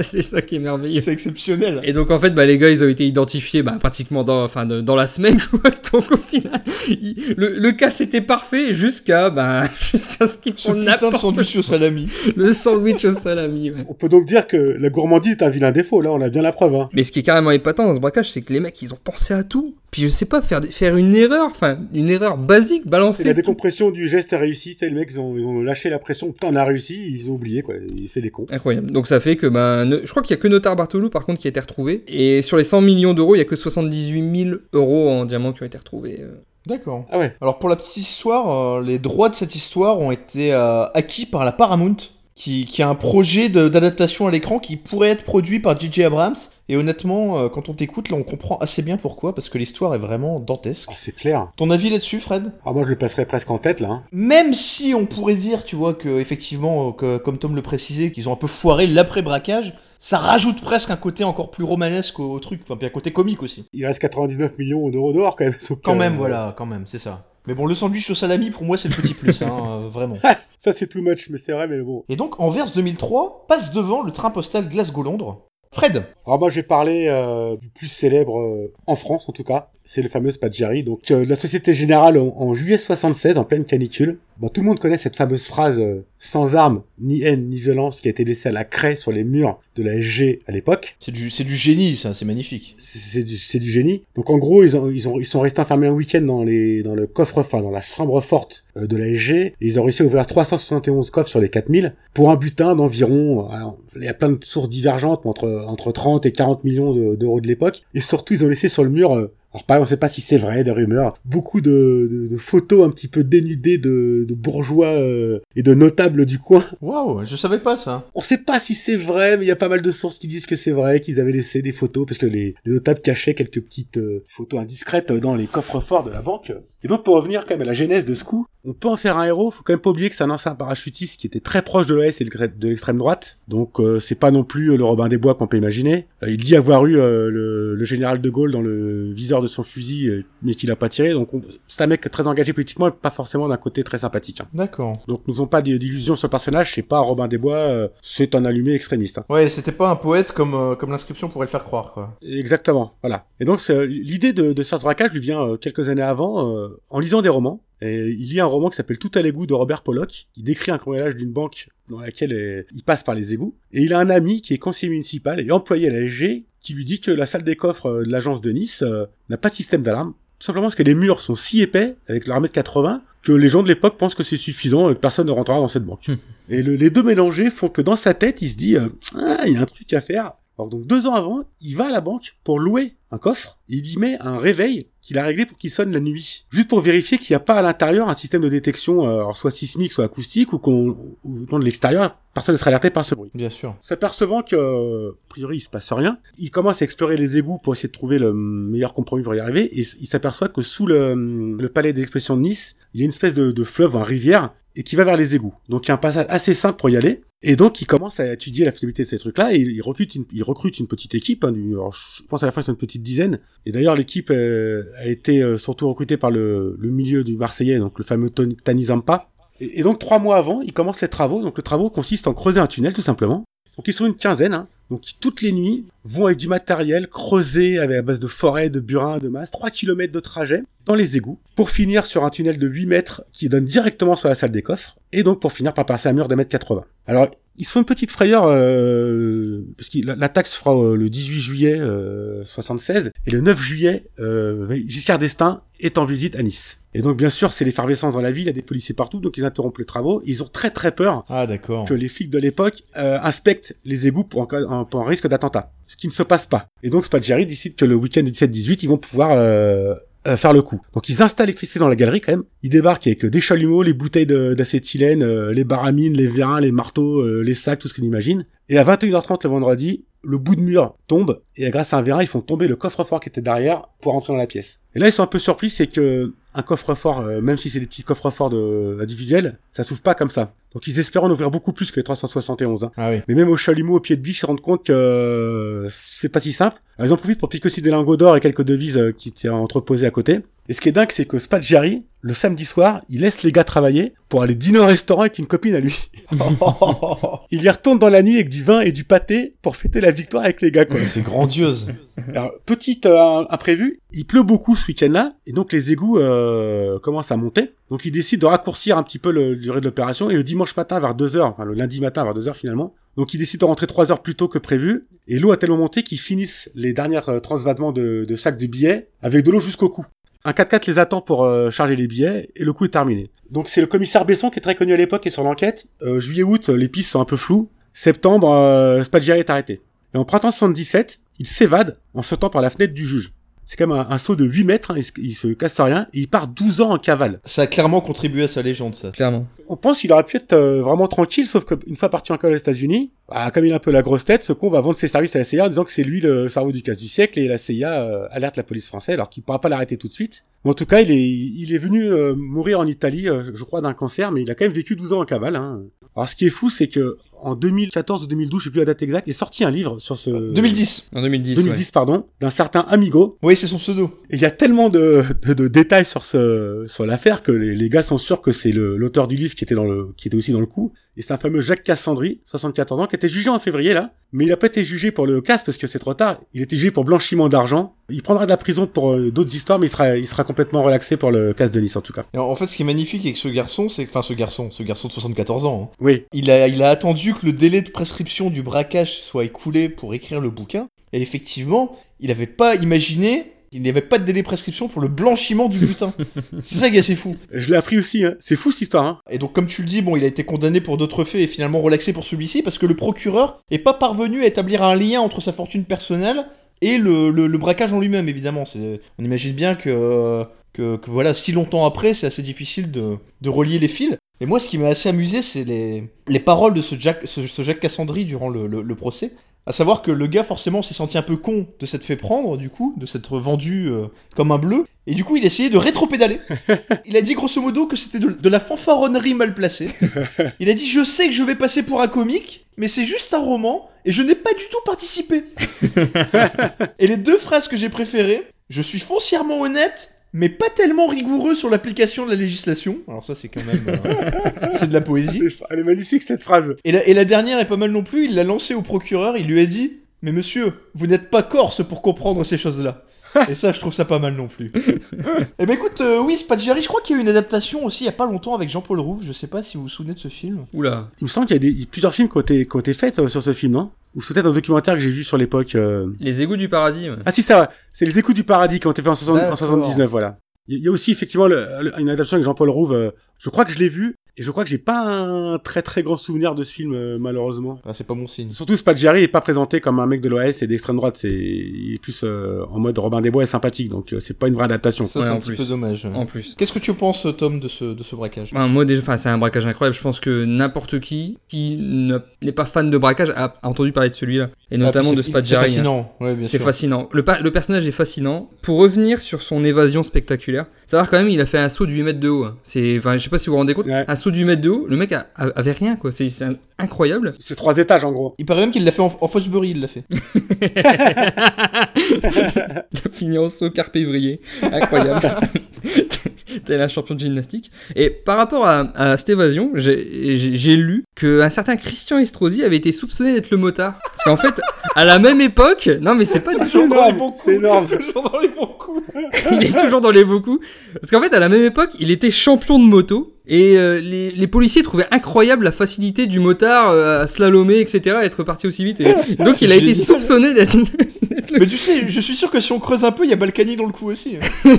c'est ça qui est merveilleux.
C'est exceptionnel.
Et donc en fait, bah, les gars, ils ont été identifiés bah, pratiquement dans, enfin, de- dans la semaine. quoi. donc au final, il- le, le cas c'était parfait jusqu'à bah, jusqu'à ce qu'ils
Ce
font
putain de
n'importe
sandwich au salami.
le sandwich au salami. ouais.
On peut donc dire que la gourmandise est un vilain défaut, là. On a bien la preuve, hein.
Mais ce qui est carrément épatant dans ce braquage, c'est que les mecs, ils ont pensé à tout. Puis je sais pas faire des- faire une erreur, enfin une erreur basique,
Ah,
C'est
balancer.
la
tout.
décompression du geste à réussi. Tu sais, les mecs, ils ont, ils ont lâché la pression. Putain, on a réussi. Ils ont oublié, quoi. Ils fait les cons.
Incroyable. Donc ça fait que bah, ne- je crois qu'il y a que Notar Bartolo par contre qui a été retrouvé. Et sur les 100 millions d'euros, il y a que 78 000 euros en diamants qui ont été retrouvés. euh.
D'accord.
Ah ouais.
Alors pour la petite histoire, euh, les droits de cette histoire ont été euh, acquis par la Paramount, qui, qui a un projet de- d'adaptation à l'écran qui pourrait être produit par J.J. Abrams. Et honnêtement, euh, quand on t'écoute, là on comprend assez bien pourquoi, parce que l'histoire est vraiment dantesque.
Ah, c'est clair.
Ton avis là-dessus, Fred
Ah, moi, je le passerais presque en tête, là. hein.
Même si on pourrait dire, tu vois, que effectivement, euh, que, comme Tom le précisait, qu'ils ont un peu foiré l'après-braquage, ça rajoute presque un côté encore plus romanesque au, au truc, enfin, puis un côté comique aussi.
Il reste 99 millions d'euros dehors, quand même. euh, sauf
Quand
que-
même, voilà, quand même, c'est ça. Mais bon, le sandwich au salami, pour moi, c'est le petit plus, hein, euh, vraiment.
Ça, c'est too much, mais c'est vrai, mais bon.
Et donc, Anvers 2003 passe devant le train postal Glasgow-Londres. Fred
Alors Ah, moi je vais parler euh, du plus célèbre euh, en France en tout cas, c'est le fameux Spaggiari, donc euh, de la Société Générale en, en juillet 76 en pleine canicule. Bon, tout le monde connaît cette fameuse phrase euh, sans armes, ni haine, ni violence qui a été laissée à la craie sur les murs de la SG à l'époque.
C'est du, c'est du génie, ça, c'est magnifique.
C'est- c'est du, c'est du génie. Donc en gros, ils, ont, ils, ont, ils sont restés enfermés un week-end dans, les, dans le coffre, enfin dans la chambre forte euh, de l'ASG. Et ils ont réussi à ouvrir 371 coffres sur les 4000 pour un butin d'environ, alors, il y a plein de sources divergentes, mais entre, entre 30 et 40 millions de- d'euros de, l'époque. Et surtout, ils ont laissé sur le mur... euh, alors pareil, on sait pas si c'est vrai, des rumeurs, beaucoup de, de- de photos un petit peu dénudées de, de bourgeois euh, et de notables du coin.
Waouh, je savais pas ça.
On sait pas si c'est vrai, mais il y a pas mal de sources qui disent que c'est vrai, qu'ils avaient laissé des photos, parce que les, les notables cachaient quelques petites euh, photos indiscrètes euh, dans les coffres forts de la banque. Et donc, pour revenir quand même à la genèse de ce coup, on peut en faire un héros, faut quand même pas oublier que c'est un ancien parachutiste qui était très proche de l'OS et de l'extrême droite. Donc, euh, c'est pas non plus euh, le Robin des Bois qu'on peut imaginer. Euh, il dit avoir eu euh, le, le général de Gaulle dans le viseur de son fusil, euh, mais qu'il a pas tiré. Donc, on- c'est un mec très engagé politiquement, et pas forcément d'un côté très sympathique. hein.
D'accord.
Donc nous n'avons pas d'illusions sur le personnage, c'est pas Robin des Bois, euh, c'est un allumé extrémiste. hein.
Ouais, c'était pas un poète comme, euh, comme l'inscription pourrait le faire croire, quoi.
Exactement, voilà. Et donc c'est, euh, l'idée de, de faire ce braquage lui vient euh, quelques années avant, euh, en lisant des romans. Et il y a un roman qui s'appelle Tout à l'égout de Robert Pollock, qui décrit un cambriolage d'une banque dans laquelle euh, il passe par les égouts. Et il a un ami qui est conseiller municipal et employé à la SG, qui lui dit que la salle des coffres euh, de l'agence de Nice euh, n'a pas de système d'alarme. Tout simplement parce que les murs sont si épais, avec leur 1m80, que les gens de l'époque pensent que c'est suffisant et que personne ne rentrera dans cette banque. Et le- les deux mélangés font que dans sa tête, il se dit, euh, Ah, il y a un truc à faire. Alors donc deux ans avant, il va à la banque pour louer un coffre. Il y met un réveil qu'il a réglé pour qu'il sonne la nuit, juste pour vérifier qu'il n'y a pas à l'intérieur un système de détection, euh, alors soit sismique, soit acoustique, ou qu'on ou venant de l'extérieur, personne ne sera alerté par ce bruit.
Bien sûr.
S'apercevant que, euh, a priori, il se passe rien, il commence à explorer les égouts pour essayer de trouver le meilleur compromis pour y arriver, et s- il s'aperçoit que sous le, le palais des expressions de Nice, il y a une espèce de, de fleuve, une rivière, et qui va vers les égouts. Donc il y a un passage assez simple pour y aller, et donc il commence à étudier la faisabilité de ces trucs-là, et il recrute une, il recrute une petite équipe, hein, du- alors, je pense à la fin c'est une petite dizaine, et d'ailleurs l'équipe euh, a été euh, surtout recrutée par le, le milieu du Marseillais, donc le fameux Tony- Tani Zampa, et, et donc trois mois avant, il commence les travaux, donc le travaux consiste en creuser un tunnel tout simplement, donc ils sont une quinzaine, hein. donc qui, toutes les nuits vont avec du matériel creuser avec à base de forêt, de burin, de masse, 3 km de trajet dans les égouts, pour finir sur un tunnel de 8 mètres qui donne directement sur la salle des coffres, et donc pour finir par passer un mur d'un mètre 80. Alors ils se font une petite frayeur euh, parce que la- l'attaque se fera euh, le 18 juillet euh, 76 et le 9 juillet euh, Giscard d'Estaing est en visite à Nice. Et donc bien sûr c'est l'effervescence dans la ville, il y a des policiers partout, donc ils interrompent les travaux, ils ont très très peur
Ah, d'accord.
que les flics de l'époque euh, inspectent les égouts pour, en cas- en- pour un risque d'attentat. Ce qui ne se passe pas. Et donc Spaggiari décide que le week-end du 17-18, ils vont pouvoir euh, euh, faire le coup. Donc ils installent l'électricité dans la galerie quand même. Ils débarquent avec euh, des chalumeaux, les bouteilles de- d'acétylène, euh, les baramines, les vérins, les marteaux, euh, les sacs, tout ce qu'on imagine. Et à 21h30 le vendredi, le bout de mur tombe et grâce à un vérin, ils font tomber le coffre-fort qui était derrière pour entrer dans la pièce. Et là, ils sont un peu surpris, c'est que un coffre-fort, euh, même si c'est des petits coffres-forts de- individuels, ça s'ouvre pas comme ça. Donc ils espèrent en ouvrir beaucoup plus que les 371. hein.
Ah oui.
Mais même au chalumeau, au pied de biche, ils se rendent compte que euh, c'est pas si simple. Alors, ils en profitent pour piquer aussi des lingots d'or et quelques devises euh, qui étaient entreposées à côté. Et ce qui est dingue, c'est que Spaggiari, le samedi soir, il laisse les gars travailler pour aller dîner au restaurant avec une copine à lui. Il y retourne dans la nuit avec du vin et du pâté pour fêter la victoire avec les gars, quoi.
C'est grandiose.
Alors, petite euh, imprévu, il pleut beaucoup ce week-end-là, et donc les égouts euh, commencent à monter. Donc ils décident de raccourcir un petit peu le- la durée de l'opération, et le dimanche matin vers 2h, enfin le lundi matin vers 2h finalement, donc ils décident de rentrer 3 heures plus tôt que prévu, et l'eau a tellement monté qu'ils finissent les dernières euh, transvadements de, de sacs de billets avec de l'eau jusqu'au cou. Un 4x4 les attend pour euh, charger les billets et le coup est terminé. Donc c'est le commissaire Besson qui est très connu à l'époque et sur l'enquête. Euh, Juillet-août, les pistes sont un peu floues. Septembre, euh, Spaggiari est arrêté. Et en printemps 77, il s'évade en sautant par la fenêtre du juge. C'est quand même un, un saut de 8 mètres, hein, il, se, il se casse rien, et il part 12 ans en cavale.
Ça a clairement contribué à sa légende, ça.
Clairement.
On pense qu'il aurait pu être euh, vraiment tranquille, sauf qu'une fois parti en cavale aux États-Unis, bah, comme il a un peu la grosse tête, ce con va vendre ses services à la CIA en disant que c'est lui le cerveau du casse du siècle, et la CIA euh, alerte la police française, alors qu'il pourra pas l'arrêter tout de suite. Mais en tout cas, il est, il est venu euh, mourir en Italie, euh, je crois, d'un cancer, mais il a quand même vécu 12 ans en cavale. hein. Alors ce qui est fou, c'est que en 2014 ou 2012, je sais plus la date exacte, est sorti un livre sur ce...
Euh, 2010.
En 2010.
2010, pardon, d'un certain Amigo.
Oui, c'est son pseudo.
Et il y a tellement de, de, de détails sur ce sur l'affaire que les, les gars sont sûrs que c'est le- l'auteur du livre qui était dans le qui était aussi dans le coup. Et c'est un fameux Jacques Cassandry, 74 ans, qui était jugé en février là, mais il n'a pas été jugé pour le casse parce que c'est trop tard. Il était jugé pour blanchiment d'argent. Il prendra de la prison pour euh, d'autres histoires, mais il sera il sera complètement relaxé pour le casse de Nice en tout cas.
Et en en fait, ce qui est magnifique avec ce garçon, c'est que. Enfin, ce garçon, ce garçon de 74 ans. hein.
Oui,
Il a, il a attendu que le délai de prescription du braquage soit écoulé pour écrire le bouquin. Et effectivement, il n'avait pas imaginé, il n'y avait pas de délai de prescription pour le blanchiment du butin. c'est ça qui est assez fou.
je l'ai appris aussi. Hein. C'est fou cette histoire. Hein.
Et donc, comme tu le dis, bon, il a été condamné pour d'autres faits et finalement relaxé pour celui-ci parce que le procureur est pas parvenu à établir un lien entre sa fortune personnelle et le, le- le braquage en lui-même, évidemment. C'est- On imagine bien que, que, que voilà, si longtemps après, c'est assez difficile de, de relier les fils. Et moi, ce qui m'a assez amusé, c'est les, les paroles de ce Jack, ce, ce Jacques Cassandry durant le, le- le procès. À savoir que le gars, forcément, s'est senti un peu con de s'être fait prendre, du coup, de s'être vendu euh, comme un bleu. Et du coup, il a essayé de rétro-pédaler. Il a dit grosso modo que c'était de, de la fanfaronnerie mal placée. Il a dit Je sais que je vais passer pour un comique, mais c'est juste un roman et je n'ai pas du tout participé. et les deux phrases que j'ai préférées Je suis foncièrement honnête, mais pas tellement rigoureux sur l'application de la législation. Alors, ça, c'est quand même. euh, c'est de la poésie.
C'est- Elle est magnifique cette phrase.
Et la, et la dernière est pas mal non plus, il l'a lancée au procureur, il lui a dit Mais monsieur, vous n'êtes pas corse pour comprendre ces choses-là. Et ça, je trouve ça pas mal non plus. Eh ben écoute, euh, oui, Spaggiari, je crois qu'il y a eu une adaptation aussi il y a pas longtemps avec Jean-Paul Rouve, je sais pas si vous vous souvenez de ce film.
Oula.
Il me semble qu'il y a des- plusieurs films qui ont été, qui ont été faits euh, sur ce film, non Ou c'est peut-être un documentaire que j'ai vu sur l'époque. euh,
Les égouts du paradis. ouais.
Ah si, ça va. C'est les écoutes du paradis qui ont été faits en, 60 en
D'accord.
79, voilà. Il y- il y a aussi effectivement le- le- une adaptation avec Jean-Paul Rouve. euh, je crois que je l'ai vu. Et je crois que j'ai pas un très très grand souvenir de ce film, euh, malheureusement.
Ah, c'est pas mon signe.
Surtout, Spaggiari est pas présenté comme un mec de l'OS et d'extrême droite. C'est il est plus euh, en mode Robin des Bois et sympathique, donc euh, c'est pas une vraie adaptation.
Ça,
Ouais,
c'est
en
un petit
plus.
peu dommage.
En plus.
Qu'est-ce que tu penses, Tom, de ce, de ce braquage
Ben, moi, déjà, enfin, c'est un braquage incroyable. Je pense que n'importe qui qui ne- n'est pas fan de braquage a a entendu parler de celui-là. Et
Ah,
notamment de
puis c'est- C'est
Spaggiari. hein.
fascinant, ouais, bien
C'est
sûr.
fascinant. Le, pa- le personnage est fascinant. Pour revenir sur son évasion spectaculaire, savoir quand même, il a fait un saut de 8 mètres de haut. hein. C'est, enfin, je sais pas si vous vous rendez compte,
Ouais.
un saut de 8 mètres de haut, le mec a- a- avait rien, quoi. C'est, c'est un- incroyable.
C'est trois étages en gros.
Il paraît même qu'il l'a fait en, en Fosbury, il l'a fait.
Il a fini en saut carpévrier. Incroyable. T'es un champion de gymnastique. Et par rapport à, à cette évasion, j'ai, j'ai- j'ai lu qu'un certain Christian Estrosi avait été soupçonné d'être le motard. Parce qu'en fait, à la même époque, non mais c'est pas du tout.
C'est énorme, c'est énorme.
Toujours dans les bons coups.
il est toujours dans les beaux coups. Parce qu'en fait, à la même époque, il était champion de moto. Et euh, les, les policiers trouvaient incroyable la facilité du motard euh, à slalomer, etc., à être parti aussi vite. Et donc, il a été
génial.
soupçonné d'être.
Mais tu sais, je suis sûr que si on creuse un peu, il y a Balkany dans le coup aussi. hein.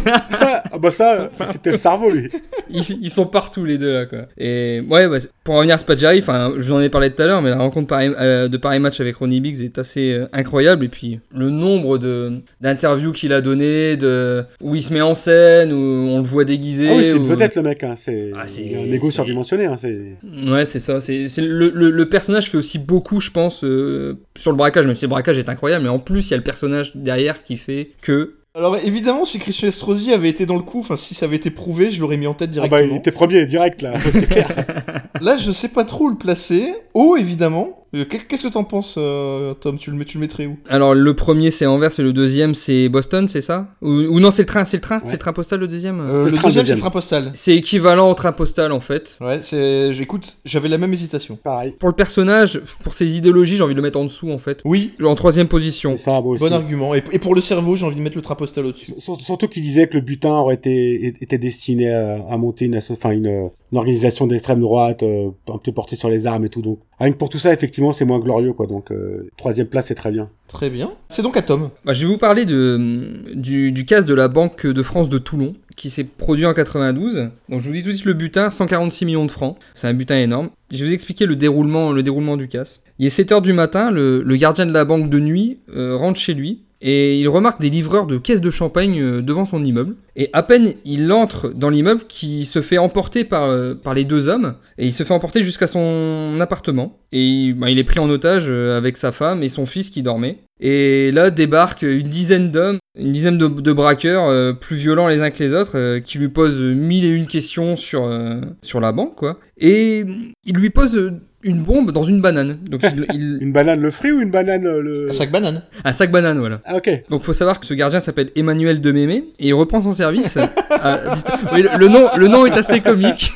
ah bah ça, c'était le cerveau lui.
ils, ils sont partout, les deux, là, quoi. Et ouais, bah, pour revenir à Spadjari, enfin, je vous en ai parlé tout à l'heure, mais la rencontre Paris- euh, de Paris Match avec Ronnie Biggs est assez euh, incroyable. Et puis, le nombre de d'interviews qu'il a donné, de, où il se met en scène, où on le voit déguisé.
Ah oui, c'est
où-
une vedette le mec. Hein. C'est
Ah, c'est-
il a un égo
c'est-
surdimensionné. Hein. C'est
Ouais, c'est ça. C'est, c'est le, le- le personnage fait aussi beaucoup, je pense, euh, sur le braquage, même si le braquage est incroyable, mais en plus, il y a le personnage derrière qui fait que.
Alors évidemment, si Christian Estrosi avait été dans le coup, enfin si ça avait été prouvé, je l'aurais mis en tête
ah bah, il
directement.
était premier direct là. C'est clair.
Là, je sais pas trop où le placer. Oh, évidemment. Euh, qu'est- Qu'est-ce que t'en penses, euh, Tom tu le, mets- tu le mettrais où
Alors, le premier, c'est Anvers, et le deuxième, c'est Boston, c'est ça ou, ou non, c'est le train, c'est le train,
Ouais.
c'est le train postal, le deuxième
Euh,
C'est
Le
le
deuxième, c'est
deuxième.
le train postal.
C'est équivalent au train postal, en fait.
Ouais, c'est. J'écoute, j'avais la même hésitation.
Pareil.
Pour le personnage, pour ses idéologies, j'ai envie de le mettre en dessous, en fait.
Oui,
En troisième position.
C'est ça, moi aussi.
bon argument. Et, et pour le cerveau, j'ai envie de mettre le train postal au-dessus.
Surtout surtout qu'il disait que le butin aurait été était destiné à, à monter une, asso- enfin une, une organisation d'extrême droite, euh, un peu portée sur les armes et tout. Donc, rien que pour tout ça, effectivement, c'est moins glorieux, quoi. Donc, euh, troisième place, c'est très bien.
Très bien. C'est donc à Tom.
Bah, je vais vous parler de, du, du casse de la Banque de France de Toulon, qui s'est produit en 92. Donc je vous dis tout de suite le butin, 146 millions de francs. C'est un butin énorme. Je vais vous expliquer le déroulement, le déroulement du casse. Il est 7h du matin, le, le gardien de la banque de nuit euh, rentre chez lui et il remarque des livreurs de caisses de champagne euh, devant son immeuble. Et à peine il entre dans l'immeuble qui se fait emporter par, euh, par les deux hommes et il se fait emporter jusqu'à son appartement. Et bah, il est pris en otage euh, avec sa femme et son fils qui dormait. Et là débarquent une dizaine d'hommes, une dizaine de, de braqueurs euh, plus violents les uns que les autres, euh, qui lui posent euh, mille et une questions sur, euh, sur la banque, quoi. Et mm, ils lui posent euh, une bombe dans une banane. Donc il- il-
Une banane le fruit ou une banane euh, le.
Un sac banane.
un sac banane, voilà.
Ah ok.
Donc faut savoir que ce gardien s'appelle Emmanuel de Mémé et il reprend son service. à- Oui, le, le nom, le nom est assez comique.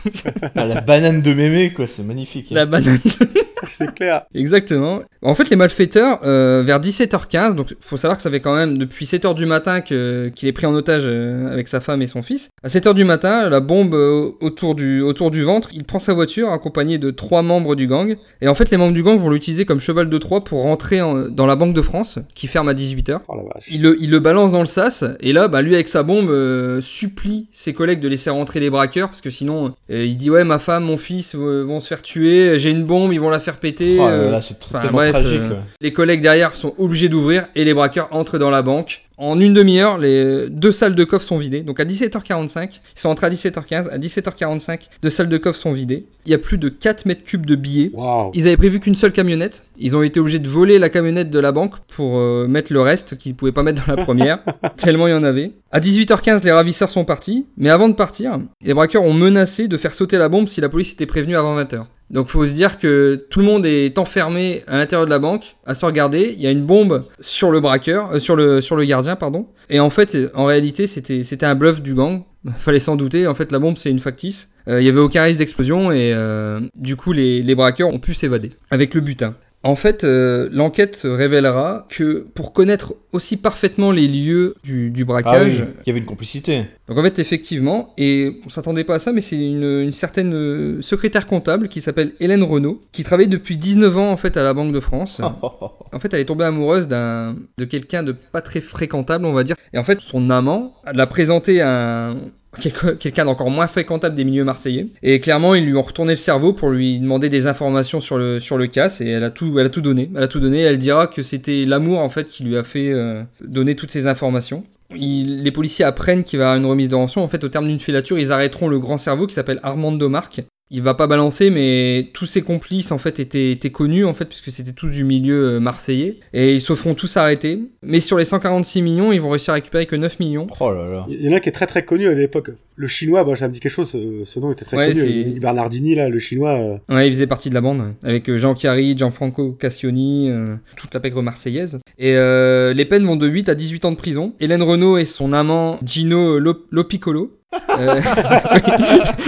Ah, la banane de mémé, quoi, c'est magnifique.
la banane.
c'est clair.
Exactement. En fait, les malfaiteurs, euh, vers 17h15, donc faut savoir que ça fait quand même depuis 7h du matin que- qu'il est pris en otage euh, avec sa femme et son fils. À 7h du matin, la bombe euh, autour du, autour du ventre, il prend sa voiture accompagné de trois membres du gang. Et en fait, les membres du gang vont l'utiliser comme cheval de Troie pour rentrer en- dans la Banque de France, qui ferme à 18h.
Oh la vache.
Il le, il le balance dans le sas, et là, bah, lui, avec sa bombe, euh, supplie ses collègues de laisser rentrer les braqueurs, parce que sinon, euh, il dit Ouais, ma femme, mon fils euh, vont se faire tuer, j'ai une bombe, ils vont la faire péter.
Oh
euh.
là là, c'est tr-
enfin,
tellement
bref,
tragique.
euh,
ouais.
Les collègues derrière sont obligés d'ouvrir, et les braqueurs entrent dans la banque. En une demi-heure, les deux salles de coffre sont vidées. Donc à 17h45, ils sont entrés à 17h15, à 17h45, deux salles de coffre sont vidées. Il y a plus de 4 mètres cubes de billets.
Waouh.
Ils avaient prévu qu'une seule camionnette. Ils ont été obligés de voler la camionnette de la banque pour euh, mettre le reste qu'ils pouvaient pas mettre dans la première, tellement il y en avait. À 18h15, les ravisseurs sont partis, mais avant de partir, les braqueurs ont menacé de faire sauter la bombe si la police était prévenue avant 20h. Donc faut se dire que tout le monde est enfermé à l'intérieur de la banque, à se regarder. Il y a une bombe sur le braqueur, euh, sur le sur le gardien, pardon. Et en fait, en réalité, c'était c'était un bluff du gang. Fallait s'en douter. En fait, la bombe c'est une factice. Euh, Il y avait aucun risque d'explosion et euh, du coup les les braqueurs ont pu s'évader avec le butin. En fait, euh, l'enquête révélera que pour connaître aussi parfaitement les lieux du, du
Ah oui,
braquage.
il y avait une complicité.
Donc en fait, effectivement, et on s'attendait pas à ça, mais c'est une, une certaine euh, secrétaire comptable qui s'appelle Hélène Renaud, qui travaille depuis 19 ans en fait à la Banque de France.
Oh.
En fait, elle est tombée amoureuse d'un de quelqu'un de pas très fréquentable, on va dire. Et en fait, son amant l'a présenté à un- quelqu'un quelqu'un d'encore moins fréquentable des milieux marseillais. Et clairement, ils lui ont retourné le cerveau pour lui demander des informations sur le sur le casse. Et elle a tout, elle a tout donné. Elle a tout donné. Elle dira que c'était l'amour en fait qui lui a fait euh, donner toutes ces informations. Il- les policiers apprennent qu'il va y avoir une remise de rançon. En fait, au terme d'une filature, ils arrêteront le grand cerveau qui s'appelle Armando Marc. Il va pas balancer, mais tous ses complices en fait étaient, étaient connus en fait puisque c'était tous du milieu euh, marseillais et ils se feront tous arrêter. Mais sur les 146 millions, ils vont réussir à récupérer que 9 millions.
Oh là là.
Il y en a un qui est très très connu à l'époque. Le chinois, bah, ça me dit quelque chose, ce, ce nom était très
Ouais,
connu.
c'est-
Bernardini, là, le chinois. euh,
Ouais, il faisait partie de la bande, ouais. avec euh, Jean Chiari, Gianfranco Cassioni, euh, toute la pègre marseillaise. Et euh, les peines vont de 8 à 18 ans de prison. Hélène Renault et son amant Gino Lo- Lopicolo. Euh,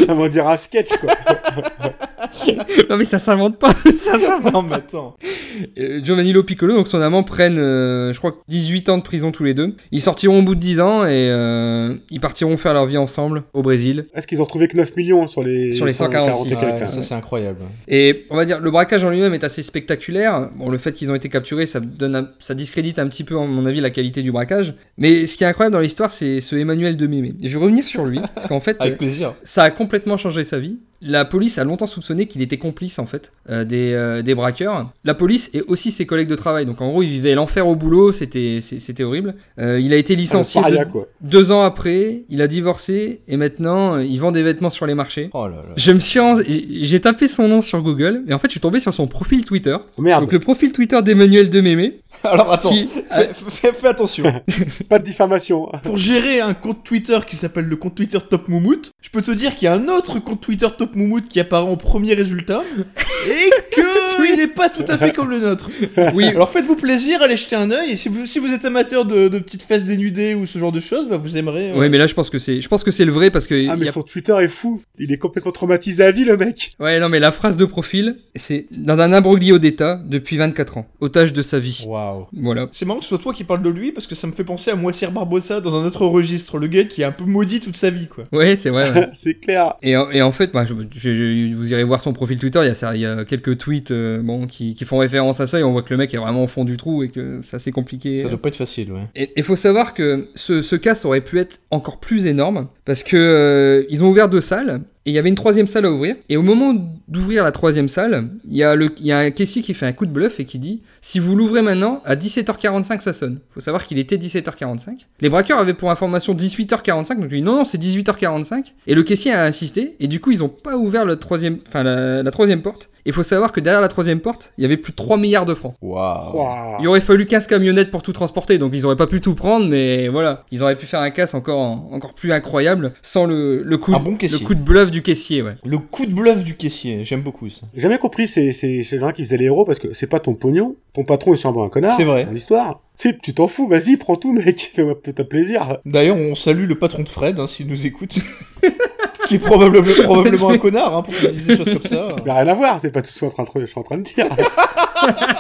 on va dire un sketch, quoi.
non mais ça s'invente pas, ça s'invente.
Non, mais attends.
Euh, Giovanni Lopicolo, donc son amant, prennent, euh, je crois, que 18 ans de prison tous les deux. Ils sortiront au bout de 10 ans et euh, ils partiront faire leur vie ensemble au Brésil.
Est-ce qu'ils ont trouvé que 9 millions sur les,
Sur les 146,
Ouais,
140 et quelques, hein.
ça, c'est incroyable.
Et on va dire, le braquage en lui-même est assez spectaculaire. Bon, le fait qu'ils ont été capturés, ça, donne un- ça discrédite un petit peu, à mon avis, la qualité du braquage. Mais ce qui est incroyable dans l'histoire, c'est ce Emmanuel de Mémé. Et je vais revenir sur lui, parce qu'en fait, euh,
Avec plaisir.
ça a complètement changé sa vie. La police a longtemps soupçonné qu'il était complice en fait euh, des, euh, des braqueurs. La police et aussi ses collègues de travail. Donc en gros, il vivait l'enfer au boulot, c'était c'est- c'était horrible. Euh, il a été licencié
Un paria,
de-
Ah, quoi.
deux ans après, il a divorcé et maintenant euh, il vend des vêtements sur les marchés.
Oh là là.
Je me suis en- j'ai tapé son nom sur Google et en fait, je suis tombé sur son profil Twitter.
Oh, Merde,
Donc le profil Twitter d'Emmanuel de Mémé
Alors attends,
qui
fais, fais- fais attention.
pas de diffamation.
Pour gérer un compte Twitter qui s'appelle le compte Twitter Top Moumout, je peux te dire qu'il y a un autre compte Twitter Top Moumout qui apparaît en premier résultat et que il n'est pas tout à fait comme le nôtre.
oui,
Alors faites-vous plaisir, allez jeter un œil. Et si vous, si vous êtes amateur de, de petites fesses dénudées ou ce genre de choses, bah vous aimerez. euh,
ouais, mais là je pense que c'est je pense que c'est le vrai parce que
Ah,
il y
mais
a-
son Twitter est fou. Il est complètement traumatisé à vie, le mec.
Ouais, non, mais la phrase de profil, c'est dans un imbroglio d'État depuis 24 ans, otage de sa vie.
Waouh.
Voilà.
C'est marrant que ce soit toi qui parle de lui parce que ça me fait penser à Moissir Barbossa dans un autre registre, le gars qui est un peu maudit toute sa vie quoi.
Ouais, c'est vrai. ouais.
C'est clair.
Et, en- et en fait, bah, je- je- je- vous irez voir son profil Twitter, il y a, ça- il y a quelques tweets euh, bon, qui, qui font référence à ça et on voit que le mec est vraiment au fond du trou et que c'est assez compliqué.
pas être facile, ouais.
Et il faut savoir que ce, ce cas ça aurait pu être encore plus énorme parce que euh, ils ont ouvert deux salles et il y avait une troisième salle à ouvrir. Et au moment d'ouvrir la troisième salle, il y, a le- il y a un caissier qui fait un coup de bluff et qui dit Si vous l'ouvrez maintenant, à 17h45 ça sonne. faut savoir qu'il était 17h45. Les braqueurs avaient pour information 18h45, donc il dit Non, non, c'est 18h45. Et le caissier a insisté et du coup ils ont pas ouvert le troisième, enfin, la, la troisième porte. Et faut savoir que derrière la troisième porte, il y avait plus de 3 milliards de francs. Ah,
Waouh.
Ouah.
Il aurait fallu 15 camionnettes pour tout transporter, donc ils auraient pas pu tout prendre, mais voilà. Ils auraient pu faire un casse encore, encore plus incroyable sans le, le, coup,
Un bon caissier.
le coup de bluff du caissier, ouais.
Le coup de bluff du caissier, j'aime beaucoup ça.
J'ai jamais compris ces, ces, ces gens qui faisaient les héros parce que c'est pas ton pognon. Ton patron est sûrement un connard.
C'est vrai.
Dans l'histoire. C'est, tu t'en fous, vas-y, prends tout, mec. Fais-moi ta plaisir.
D'ailleurs, on salue le patron de Fred, hein, s'il nous écoute. qui est probablement, probablement un connard, hein, pour qu'il dise des choses comme ça.
Mais rien à voir, c'est pas tout ce que je suis en train de, je suis en train de dire.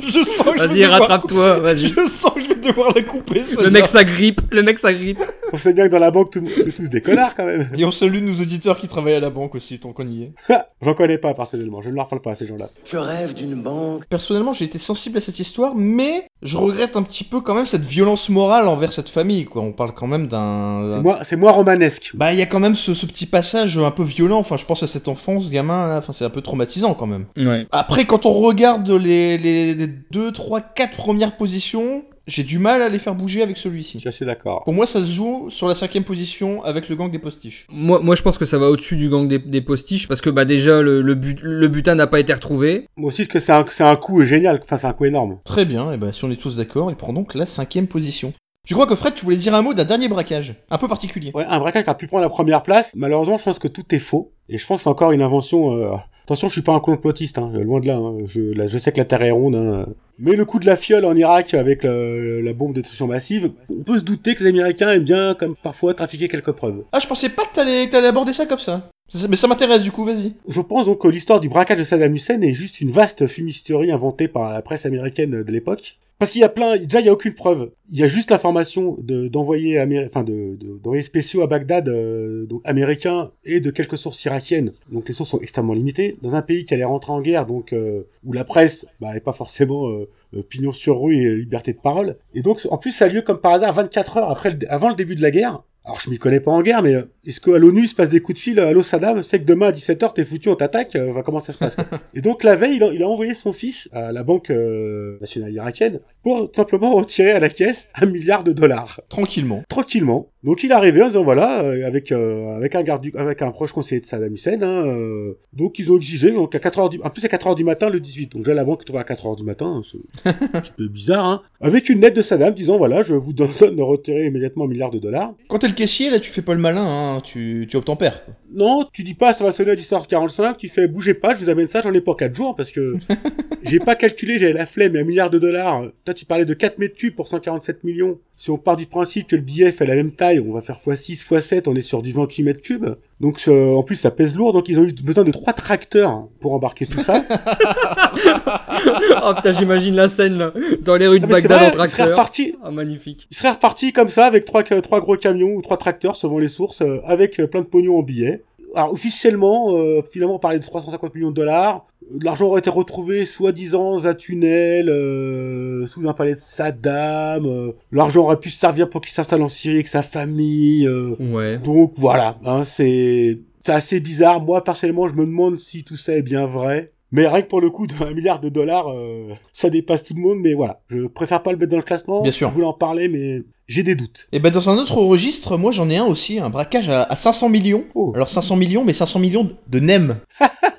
Je sens que je vais
Vas-y,
devoir-
rattrape-toi, vas-y.
Je sens que je vais devoir la couper,
Le
celle-là.
mec s'agrippe, le mec s'agrippe.
On sait bien que dans la banque, tout, le monde- c'est tous des connards quand même.
Et on salue nos auditeurs qui travaillent à la banque aussi, tant qu'on y est.
J'en connais pas personnellement, je ne leur parle pas à ces gens-là.
Je rêve d'une banque.
Personnellement, j'ai été sensible à cette histoire, mais je regrette un petit peu quand même cette violence morale envers cette famille, quoi. On parle quand même d'un...
C'est
d'un-
moi, c'est moi romanesque.
Bah, il y a quand même ce, ce petit passage un peu violent. Enfin, je pense à cet enfant, ce gamin, là. Enfin, c'est un peu traumatisant quand même.
Ouais.
Après, quand on regarde les, les, 2, 3, 4 premières positions, j'ai du mal à les faire bouger avec
Je
celui-ci.
suis assez d'accord.
Pour moi, ça se joue sur la cinquième position avec le gang des postiches.
Moi, moi, je pense que ça va au-dessus du gang des, des postiches, parce que bah déjà, le, le, but, le butin n'a pas été retrouvé.
Moi aussi, parce que c'est un, c'est un coup génial, enfin c'est un coup énorme.
Très bien, et ben si on est tous d'accord, il prend donc la cinquième position. Je crois que Fred, tu voulais dire un mot d'un dernier braquage, un peu particulier.
Ouais, un braquage qui a pu prendre la première place, malheureusement je pense que tout est faux. Et je pense que c'est encore une invention... euh, Attention, je suis pas un complotiste, hein, loin de là, hein. je, là, je sais que la Terre est ronde. hein. Mais le coup de la fiole en Irak avec le- la bombe de destruction massive, on peut se douter que les Américains aiment bien, comme parfois, trafiquer quelques preuves.
Ah, je pensais pas que t'allais t'allais aborder ça comme ça. Ça- Mais ça m'intéresse du coup, vas-y.
Je pense donc que l'histoire du braquage de Saddam Hussein est juste une vaste fumisterie inventée par la presse américaine de l'époque. Parce qu'il y a plein, déjà il y a aucune preuve. Il y a juste l'information de- d'envoyer Amé- enfin de de- d'envoyer spéciaux à Bagdad, euh, donc américains et de quelques sources irakiennes. Donc les sources sont extrêmement limitées dans un pays qui allait rentrer en guerre, donc euh, où la presse bah, est pas forcément euh, euh, pignon sur rue et liberté de parole. Et donc en plus ça a lieu comme par hasard 24 heures après le- avant le début de la guerre. Alors je m'y connais pas en guerre, mais euh, est-ce qu'à l'ONU il se passe des coups de fil Allô Saddam, c'est que demain à 17h t'es foutu, on t'attaque. euh, Enfin, comment ça se passe quoi Et donc la veille, il a, il a envoyé son fils à la banque euh, nationale irakienne pour tout simplement retirer à la caisse un milliard de dollars
Tranquillement.
tranquillement. Donc il est arrivé en disant voilà euh, avec euh, avec un garde du- avec un proche conseiller de Saddam Hussein. hein, euh, donc ils ont exigé donc à 4 heures du en plus à 4 heures du matin le 18. Donc déjà la banque trouve à 4 heures du matin, hein, c'est un petit peu bizarre hein. Avec une lettre de Saddam disant voilà je vous donne de retirer immédiatement un milliard de dollars.
Quand t'es le caissier, là, tu fais pas le malin, hein, tu, tu obtempères.
Non, tu dis pas ça va sonner à 10h45, tu fais bougez pas, je vous amène ça, j'en ai pour 4 jours parce que j'ai pas calculé, j'avais la flemme, et un milliard de dollars. Toi tu parlais de 4 mètres cubes pour 147 millions. Si on part du principe que le billet fait la même taille, on va faire x6, x7, on est sur du 28 mètres cubes. Donc euh, en plus ça pèse lourd, donc ils ont eu besoin de trois tracteurs pour embarquer tout ça. Ah,
Oh putain, j'imagine la scène là, dans les rues de
Ah, mais c'est
Bagdad en
vrai, ils seraient
tracteur.
repartis,
Ah, magnifique.
ils seraient repartis comme ça avec trois, euh, trois gros camions ou trois tracteurs selon les sources, euh, avec euh, plein de pognon en billets. Alors officiellement, euh, finalement, on parlait de 350 millions de dollars. Euh, L'argent aurait été retrouvé soi-disant dans un tunnel, euh, sous un palais de Saddam. euh, L'argent aurait pu servir pour qu'il s'installe en Syrie avec sa famille. euh.
Ouais.
Donc voilà, hein, c'est c'est assez bizarre. Moi personnellement, je me demande si tout ça est bien vrai. Mais rien que pour le coup d'un milliard de dollars, euh, ça dépasse tout le monde. Mais voilà, je préfère pas le mettre dans le classement.
Bien sûr.
Je voulais en parler, mais j'ai des doutes.
Et ben dans un autre registre, moi j'en ai un aussi, un braquage à, à 500 millions.
Oh.
Alors 500 millions, mais 500 millions de- de NEM.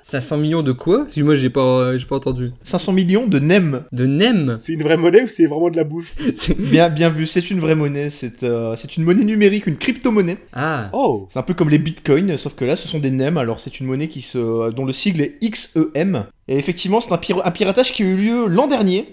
500 millions de quoi Excuse-moi, j'ai pas, euh, j'ai pas entendu.
500 millions de NEM.
De NEM
C'est une vraie monnaie ou c'est vraiment de la bouffe
C'est-
Bien, bien vu, c'est une vraie monnaie, c'est euh, c'est une monnaie numérique, une crypto-monnaie.
Ah,
Oh
C'est un peu comme les bitcoins, sauf que là ce sont des NEM, alors c'est une monnaie qui se, dont le sigle est E XEM. Et effectivement, c'est un, pir- un piratage qui a eu lieu l'an dernier.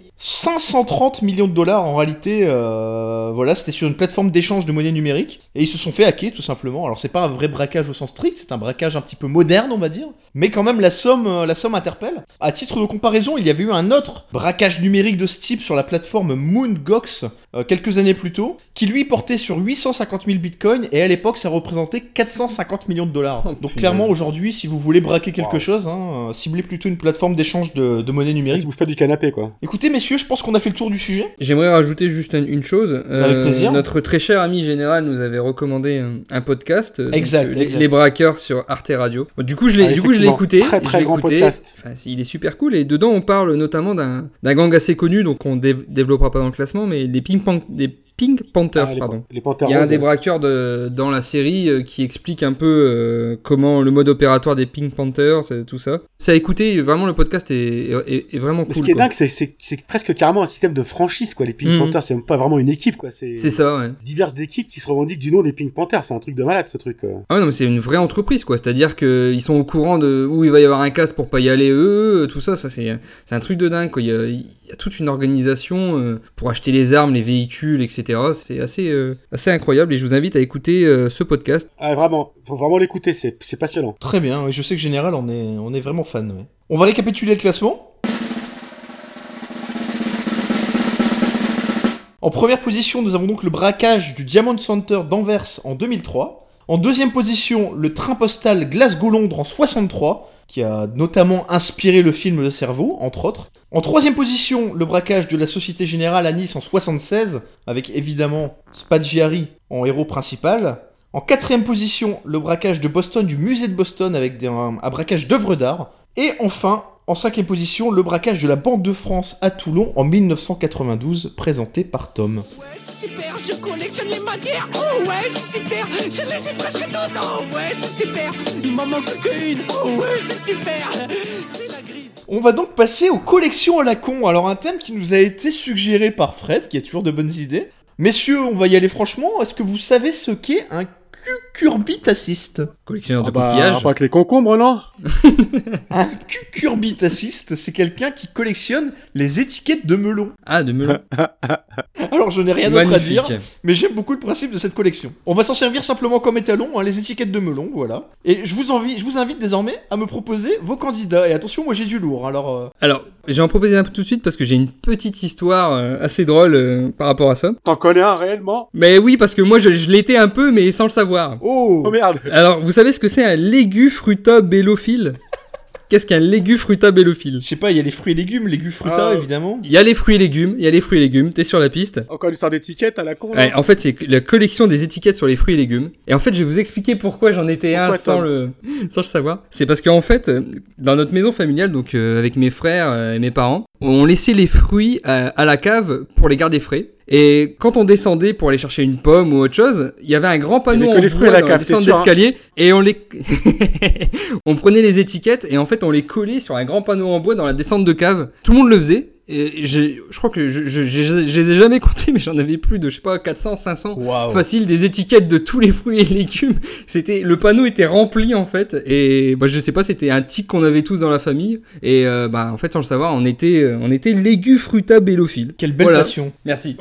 530 millions de dollars en réalité, euh, voilà, c'était sur une plateforme d'échange de monnaie numérique. Et ils se sont fait hacker tout simplement. Alors c'est pas un vrai braquage au sens strict, c'est un braquage un petit peu moderne on va dire. Mais quand même la somme, euh, la somme interpelle. À titre de comparaison, il y avait eu un autre braquage numérique de ce type sur la plateforme Moongox euh, quelques années plus tôt, qui lui portait sur 850 000 bitcoins et à l'époque ça représentait 450 millions de dollars.
Oh,
Donc
punaise.
clairement aujourd'hui, si vous voulez braquer quelque
Wow.
chose, hein, euh, ciblez plutôt une plateforme d'échange de, de monnaie
Tu
numérique.
bouges pas du canapé, quoi.
Écoutez messieurs, je pense qu'on a fait le tour du sujet.
j'aimerais rajouter juste une, une chose. Euh,
Avec plaisir.
Notre très cher ami général nous avait recommandé un, un podcast. euh,
Exact,
donc, euh, les-
exact.
Les braqueurs sur Arte Radio. Bon, du coup, je l'ai,
Ah,
du coup, je l'ai
effectivement,
écouté.
Très
je
très
l'ai
grand
écouté.
podcast.
Enfin, c'est- il est super cool et dedans on parle notamment d'un d'un gang assez connu donc on dé- développera pas dans le classement mais des Pink, Pan- des Pink Panthers
Ah, les,
pardon.
les Panthers.
Il y a un
roses,
des braqueurs de, dans la série euh, qui explique un peu euh, comment le mode opératoire des Pink Panthers, euh, tout ça. Ça a écouté, vraiment le podcast est, est- est vraiment
Mais
cool.
ce qui est
quoi.
dingue, c'est- c'est c'est presque carrément un système de franchise, quoi. Les Pink
Mhm.
Panthers, c'est même pas vraiment une équipe, quoi. C'est
C'est ça, ouais.
diverses équipes qui se revendiquent du nom des Pink Panthers. C'est un truc de malade, ce truc. euh.
Ah ouais, non, mais c'est une vraie entreprise, quoi. C'est-à-dire qu'ils sont au courant de où il va y avoir un casse pour pas y aller eux, euh, tout ça. Ça, c'est c'est un truc de dingue, quoi. Il y a, il y a toute une organisation euh, pour acheter les armes, les véhicules, etc. C'est assez, euh, assez incroyable et je vous invite à écouter euh, ce podcast.
Ah, vraiment, faut vraiment l'écouter, c'est c'est passionnant.
Très bien, ouais, je sais que général on est, on est vraiment fan. ouais. On va récapituler le classement. En première position, nous avons donc le braquage du Diamond Center d'Anvers en 2003. En deuxième position, le train postal Glasgow-Londres en 63, qui a notamment inspiré le film Le Cerveau, entre autres. En troisième position, le braquage de la Société Générale à Nice en 76, avec évidemment Spaggiari en héros principal. En quatrième position, le braquage de Boston du musée de Boston avec des- un, un braquage d'œuvres d'art. Et enfin, en cinquième position, le braquage de la Banque de France à Toulon en 1992, présenté par Tom.
Ouais, c'est super, je collectionne les matières. Oh ouais, c'est super, je les ai presque toutes. Oh ouais, c'est super, il m'en manque qu'une. Oh ouais, c'est super, c'est la grise.
On va donc passer aux collections à la con. Alors un thème qui nous a été suggéré par Fred, qui a toujours de bonnes idées. Messieurs, on va y aller franchement. Est-ce que vous savez ce qu'est un cucurbitaciste.
Collectionneur de
Ah bah,
coquillages.
pas que les concombres, non
Un cucurbitaciste, c'est quelqu'un qui collectionne les étiquettes de melons.
Ah, de melon.
Alors je n'ai rien d'autre à
Magnifique.
dire, mais j'aime beaucoup le principe de cette collection. On va s'en servir simplement comme étalon, hein, les étiquettes de melon, voilà. Et je vous, envie, je vous invite désormais à me proposer vos candidats. Et attention, moi j'ai du lourd, hein, alors... euh,
Alors, j'ai en proposer un peu tout de suite parce que j'ai une petite histoire euh, assez drôle euh, par rapport à ça.
T'en connais un réellement
Mais oui, parce que moi, je, je l'étais un peu, mais sans le savoir.
Oh,
Oh merde
Alors, vous savez ce que c'est un légufruta bellophile Qu'est-ce qu'un légufruta bellophile
Je sais pas, il y a les fruits et légumes, légumes fruta
Ah.
évidemment.
Il y a les fruits et légumes, il y a les fruits et légumes, t'es sur la piste.
Encore une histoire d'étiquette à la con
Ouais, en fait, c'est la collection des étiquettes sur les fruits et légumes. Et en fait, je vais vous expliquer pourquoi j'en étais un
Pourquoi,
sans
Tom
le, sans le savoir. C'est parce qu'en fait, euh, dans notre maison familiale, donc euh, avec mes frères euh, et mes parents, on laissait les fruits à, à la cave pour les garder frais. Et quand on descendait pour aller chercher une pomme ou autre chose, il y avait un grand
Il y
panneau
avait
en
que les fruits à
bois
la
dans
cave,
descente
t'es sûr, hein
d'escalier et on les, on prenait les étiquettes et en fait on les collait sur un grand panneau en bois dans la descente de cave. Tout le monde le faisait. Et j'ai- je crois que je, je, je- je les ai jamais comptés, mais j'en avais plus de, je sais pas, 400, 500
Waouh.
facile des étiquettes de tous les fruits et légumes. C'était le panneau était rempli en fait et bah je sais pas c'était un tic qu'on avait tous dans la famille et euh, bah en fait sans le savoir on était euh, on était légumes fruta bellophile.
Quelle belle
Voilà.
passion.
Merci.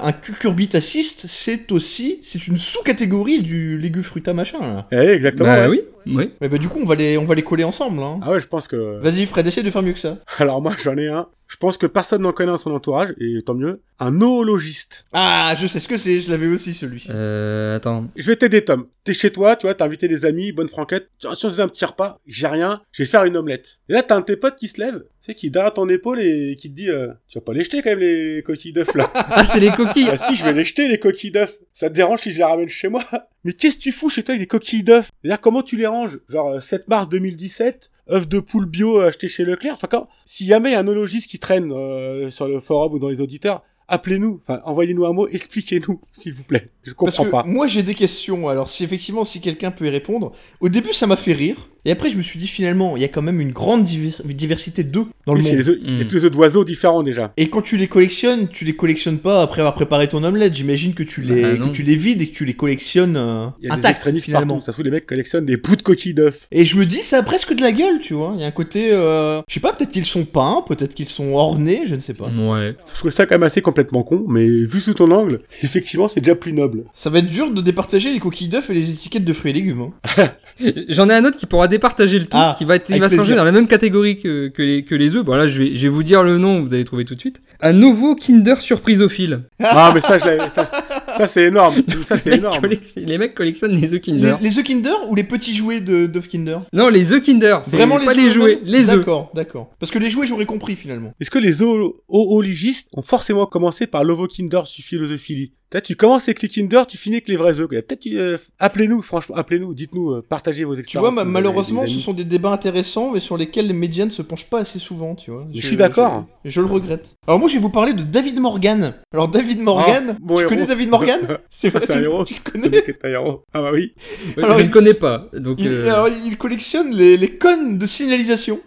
Un cucurbitaciste, c'est aussi, c'est une sous-catégorie du légume fruta machin. Là.
Eh, exactement. ouais.
bah oui. Oui.
Mais bah du coup, on va les, on va les coller ensemble. Hein.
Ah ouais, je pense que...
Vas-y, Fred, essaie de faire mieux que ça.
Alors moi, j'en ai un. Je pense que personne n'en connaît dans son entourage, et tant mieux. Un oologiste.
Ah, je sais ce que c'est, je l'avais aussi celui-ci.
Euh attends.
Je vais t'aider, Tom. T'es chez toi, tu vois, t'as invité des amis, bonne franquette. Tiens, si on faisait un petit repas, j'ai rien, je vais faire une omelette. Et là, t'as un de tes potes qui se lève, tu sais, qui est derrière ton épaule et qui te dit, euh, tu vas pas les jeter quand même, les coquilles d'œufs, là.
Ah c'est les coquilles.
bah si, je vais les jeter, les coquilles d'œufs. Ça te dérange si je les ramène chez moi Mais qu'est-ce que tu fous chez toi avec des coquilles d'œufs C'est-à-dire, comment tu les ranges Genre, euh, 7 mars 2017, œufs de poule bio euh, achetés chez Leclerc Enfin, quand... si jamais il y a un ologiste qui traîne euh, sur le forum ou dans les auditeurs, appelez-nous, enfin, envoyez-nous un mot, expliquez-nous, s'il vous plaît. Je
Parce
comprends
que
pas.
moi j'ai des questions, alors si effectivement si quelqu'un peut y répondre. Au début ça m'a fait rire, et après je me suis dit finalement il y a quand même une grande diver- diversité d'œufs dans le
Oui, c'est
monde.
les œufs-
Mm.
et tous les œufs d'oiseaux différents déjà.
Et quand tu les collectionnes, tu les collectionnes pas après avoir préparé ton omelette, j'imagine que tu les,
Bah,
que
non.
tu les vides et que tu les collectionnes euh,
Il y a des
intactes
extrémistes
finalement.
partout. Ça se trouve, les mecs collectionnent des bouts de coquilles d'œufs.
Et je me dis ça a presque de la gueule, tu vois. Il y a un côté, euh, je sais pas, peut-être qu'ils sont peints, peut-être qu'ils sont ornés, je ne sais
Mm.
pas.
Ouais.
Je trouve ça quand même assez complètement con, mais vu sous ton angle, effectivement, c'est déjà plus noble.
Ça va être dur de départager les coquilles d'œufs et les étiquettes de fruits et légumes. hein.
J'en ai un autre qui pourra départager le tout,
Ah,
qui va, qui
avec
va se ranger
plaisir.
dans la même catégorie que, que les, que les œufs. Bon, là, je vais, je vais vous dire le nom, vous allez trouver tout de suite. Un nouveau Kinder surprisophile.
Ah, mais ça, je l'avais- ça, ça, c'est énorme. Ça, c'est
Les mecs
énorme.
collec- Les mecs collectionnent les œufs Kinder.
Les, les œufs Kinder ou les petits jouets de- d'œufs Kinder
Non, les œufs Kinder, c'est
Vraiment
pas les jouets,
eux-mêmes
les œufs.
D'accord, d'accord. Parce que les jouets, j'aurais compris finalement.
Est-ce que les oo- oologistes ont forcément commencé par l'ovo-kinder sur philosophie T'as, tu commences avec les kinder, tu finis avec les vrais œufs. quoi. Peut-être, euh, appelez-nous, franchement, appelez-nous, dites-nous, euh, partagez vos expériences.
Tu vois, ma-
si vous avez
malheureusement,
des
ce
amis.
sont des débats intéressants, mais sur lesquels les médias ne se penchent pas assez souvent, tu vois.
Je suis d'accord.
Je, je le regrette. Alors moi, je vais vous parler de David Morgan. Alors David Morgan,
Ah, mon
tu
héros.
connais David Morgan C'est
Ah, c'est un
tu-
héros.
Tu le
C'est
connais
mec est un héros. Ah bah oui.
Ouais,
Alors,
je
il-
ne connais pas. Donc,
il, ah
euh,
alors, il collectionne les, les cônes de signalisation.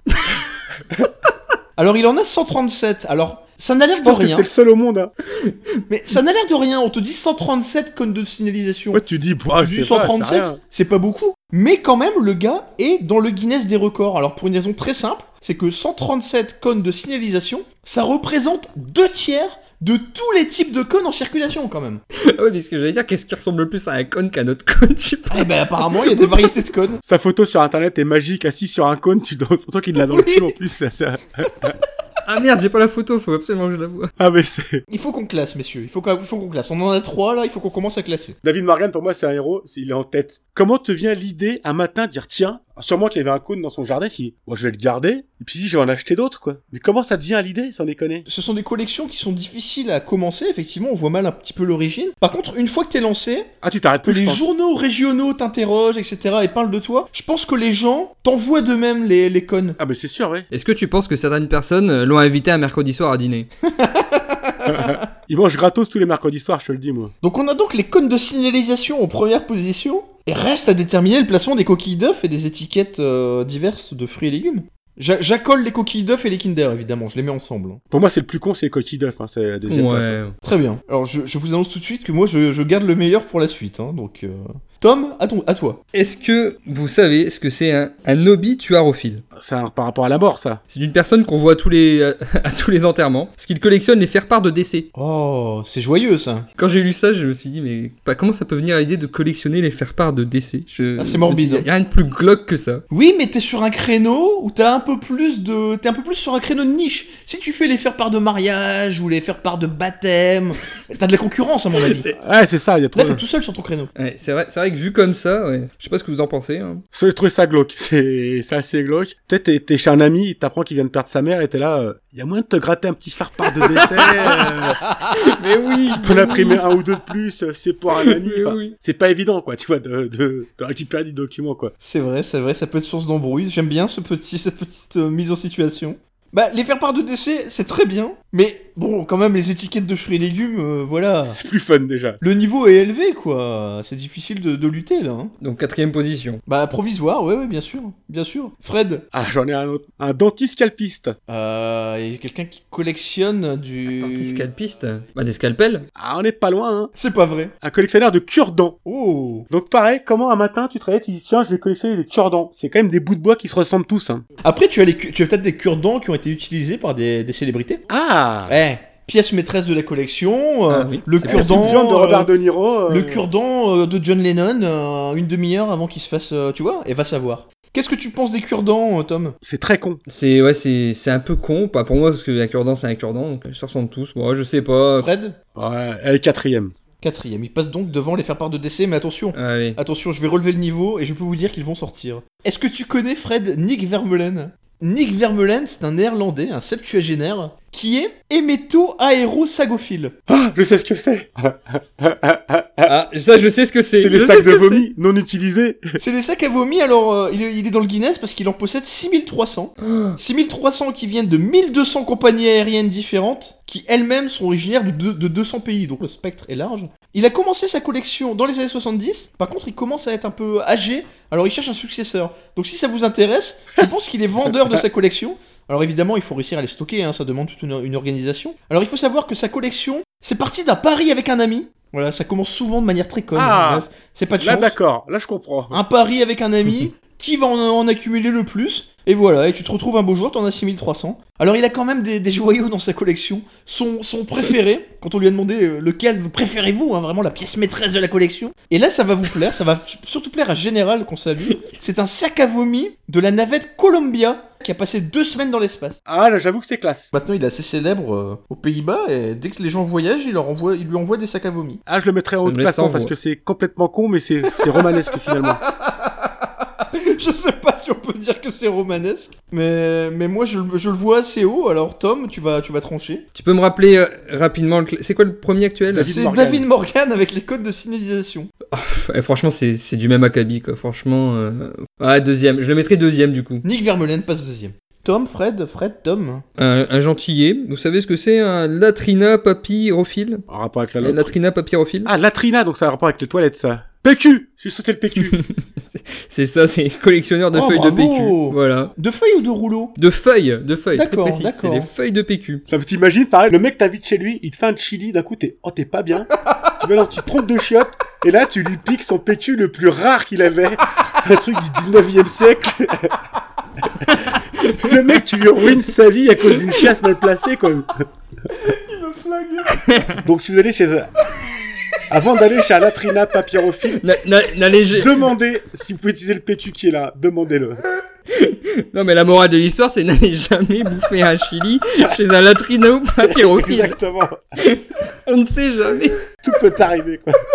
alors il en a 137. Alors ça n'a l'air
Je
de
pense que
rien.
c'est le seul au monde. Hein.
Mais ça n'a l'air de rien. On te dit 137 cônes de signalisation.
Ouais, tu dis, bah,
du
c'est pas, c'est
137,
rien.
c'est pas beaucoup. Mais quand même, le gars est dans le Guinness des records. Alors pour une raison très simple, c'est que 137 cônes de signalisation, ça représente deux tiers de tous les types de cônes en circulation quand même.
ah ouais, parce que j'allais dire, qu'est-ce qui ressemble le plus à un cône qu'à notre cône je sais pas.
Eh ben apparemment, il y a des variétés de cônes.
Sa photo sur internet est magique, assis sur un cône, tu dois toi qu'il l'a dans le
Oui.
cul en plus. ça, ça-
Ah merde, j'ai pas la photo, faut absolument que je la voie.
Ah mais c'est
Il faut qu'on classe, messieurs. Il faut qu'on il faut qu'on classe. On en a trois là, il faut qu'on commence à classer.
David Morgan pour moi c'est un héros, c'est- il est en tête. Comment te vient l'idée un matin de dire tiens, sûrement qu'il y avait un cône dans son jardin si moi je vais le garder et puis si je vais en acheter d'autres quoi. Mais comment ça te vient l'idée sans déconner
Ce sont des collections qui sont difficiles à commencer, effectivement, on voit mal un petit peu l'origine. Par contre, une fois que t'es lancé,
Ah tu t'arrêtes
que
plus
les
je pense.
journaux régionaux t'interrogent, etc., et parlent de toi, je pense que les gens t'envoient d'eux-mêmes les, les cônes.
Ah mais c'est sûr ouais.
Est-ce que tu penses que certaines personnes euh, l'ont invité un mercredi soir à dîner
Il mange gratos tous les mercredis soirs, je te le dis moi.
Donc on a donc les cônes de signalisation en première position, et reste à déterminer le placement des coquilles d'œufs et des étiquettes euh, diverses de fruits et légumes. J'a- J'accole les coquilles d'œufs et les Kinder, évidemment, je les mets ensemble. hein.
Pour moi c'est le plus con c'est les coquilles d'œufs hein, c'est la deuxième place.
Ouais.
Très bien. Alors je, je vous annonce tout de suite que moi je, je garde le meilleur pour la suite, hein, donc... euh, Tom, à, ton- à toi.
Est-ce que vous savez ce que c'est un, un hobby tuarophile
C'est un- par rapport à la mort, ça.
C'est une personne qu'on voit à tous les, euh, à tous les enterrements, parce qu'il collectionne les faire-part de décès.
Oh, c'est joyeux ça.
Quand j'ai lu ça, je me suis dit, mais bah, comment ça peut venir à l'idée de collectionner les faire-part de décès je,
Ah, c'est morbide.
Il n'y a rien de plus glauque que ça.
Oui, mais t'es sur un créneau où t'as un peu plus de, t'es un peu plus sur un créneau de niche. Si tu fais les faire part de mariage ou les faire part de baptême, t'as de la concurrence à mon avis.
C'est-
Ouais, c'est ça, il y a trop
Là,
de...
t'es tout seul sur ton créneau.
Ouais, c'est vrai, c'est vrai que vu comme ça, ouais, je sais pas ce que vous en pensez. hein.
Ça, J'ai trouvé ça glauque. C'est c'est assez glauque. Peut-être t'es- t'es chez un ami, il t'apprend qu'il vient de perdre sa mère et t'es là. euh, Il y a moyen de te gratter un petit phare-part de décès.
Mais oui
euh, tu peux l'imprimer un ou deux de plus. euh, C'est pour un ami.
Mais
enfin,
oui.
C'est pas évident, quoi, tu vois, de, de, de récupérer du document, quoi.
C'est vrai, c'est vrai, ça peut être source d'embrouille. J'aime bien ce petit, cette petite euh, mise en situation. Bah, les faire part de décès, c'est très bien. Mais bon, quand même, les étiquettes de fruits et légumes, euh, voilà.
C'est plus fun, déjà.
Le niveau est élevé, quoi. C'est difficile de, de lutter, là. hein.
Donc quatrième position.
Bah, provisoire, ouais, ouais, bien sûr. Bien sûr. Fred,
Ah, j'en ai un autre. Un dentiste scalpiste.
euh, il y a quelqu'un qui collectionne du.
Attends, des scalpistes Bah des scalpels
Ah, on n'est pas loin, hein.
C'est pas vrai.
Un collectionneur de cure-dents.
Oh.
Donc, pareil, comment un matin tu te réveilles, tu dis, tiens, je vais collectionner des cure-dents. C'est quand même des bouts de bois qui se ressemblent tous, hein.
Après, tu as, les cu- tu as peut-être des cure-dents qui ont été utilisés par des, des célébrités.
Ah!
Ouais. Pièce maîtresse de la collection, euh,
Ah oui,
le
c'est
La petite
cure-dent.
Eh, viande de Robert
euh,
De Niro. euh,
Le cure-dent euh, de John Lennon, euh, une demi-heure avant qu'il se fasse, euh, tu vois, et va savoir. Qu'est-ce que tu penses des cure-dents, euh, Tom
C'est très con.
C'est ouais, c'est c'est un peu con, pas pour moi parce que un cure-dent c'est un cure-dent, donc ils se ressemblent tous. Moi je sais pas.
Fred
Ouais, elle est quatrième.
Quatrième. Il passe donc devant les faire part de décès, mais attention,
Allez.
attention, je vais relever le niveau et je peux vous dire qu'ils vont sortir. Est-ce que tu connais, Fred, Nick Vermeulen Nick Vermeulen, c'est un néerlandais, un septuagénaire, qui est héméto-aérosagophile.
Je sais ce que c'est.
Ah ça je sais ce que c'est.
C'est les
Je
sacs
sais ce
de
que
vomi non utilisés.
C'est des sacs à vomi, alors euh, il, est- il est dans le Guinness parce qu'il en possède 6300.
Ah.
6300 qui viennent de 1200 compagnies aériennes différentes, qui elles-mêmes sont originaires de, deux- de 200 pays, donc le spectre est large. Il a commencé sa collection dans les années 70, par contre il commence à être un peu âgé, alors il cherche un successeur. Donc si ça vous intéresse, je pense qu'il est vendeur de sa collection. Alors évidemment, il faut réussir à les stocker, hein, ça demande toute une, une organisation. Alors il faut savoir que sa collection, c'est parti d'un pari avec un ami. Voilà, ça commence souvent de manière très conne.
Ah.
c'est pas de
Là,
chance
d'accord. Là, je comprends.
un pari avec un ami, qui va en, en accumuler le plus, et voilà, et tu te retrouves un beau jour, t'en as 6300. Alors il a quand même des, des joyaux dans sa collection, son, son préféré, quand on lui a demandé euh, lequel vous préférez-vous, hein, vraiment la pièce maîtresse de la collection. Et là ça va vous plaire, ça va su- surtout plaire à Général qu'on salue, c'est un sac à vomi de la navette Columbia, qui a passé deux semaines dans l'espace.
Ah, là, j'avoue que c'est classe.
Maintenant il est assez célèbre euh, aux Pays-Bas, et dès que les gens voyagent, il, leur envoie, il lui envoie des sacs à vomi.
Ah, je le mettrais en
Ça
haut
me
de
laisse
classement
sans
parce
voix.
que c'est complètement con, mais c'est c'est romanesque finalement.
Je sais pas si on peut dire que c'est romanesque, mais, mais moi je, le- je le vois assez haut, alors Tom, tu vas, tu vas trancher.
Tu peux me rappeler euh, rapidement le cla- c'est quoi le premier actuel
David
C'est
Morgan.
David Morgan avec les codes de signalisation.
Ouais, franchement, c'est c'est du même acabit, quoi. Franchement, euh, ouais, deuxième. Je le mettrai deuxième, du coup.
Nick Vermeulen passe deuxième. Tom, Fred, Fred, Tom.
Un, un gentillet. Vous savez ce que c'est un latrina papyrophile
En rapport avec la
La
lettre.
latrina papyrophile
Ah, latrina, donc ça a rapport avec les toilettes, ça. PQ Je suis sauté le PQ.
C'est ça, c'est collectionneur de
Oh,
feuilles
bravo
de PQ. Voilà.
De feuilles ou de rouleaux
De feuilles, de feuilles, très
D'accord,
précis. C'est
d'accord.
des feuilles de PQ.
Ça, T'imagines, pareil, le mec t'invite chez lui, il te fait un chili, d'un coup t'es, oh t'es pas bien. tu vas là, tu te trompes de chiottes, et là tu lui piques son PQ le plus rare qu'il avait. un truc du 19e siècle. le mec, tu lui ruines sa vie à cause d'une chiasse mal placée, quoi.
Il me flague
Donc si vous allez chez... Avant d'aller chez un latrina papyrophile,
Na- na- N'allez ja-
demandez si vous pouvez utiliser le PQ qui est là. Demandez-le.
Non, mais la morale de l'histoire, c'est n'allez jamais bouffer un chili chez un latrina papyrophile.
Exactement.
On ne sait jamais.
Tout peut arriver, quoi.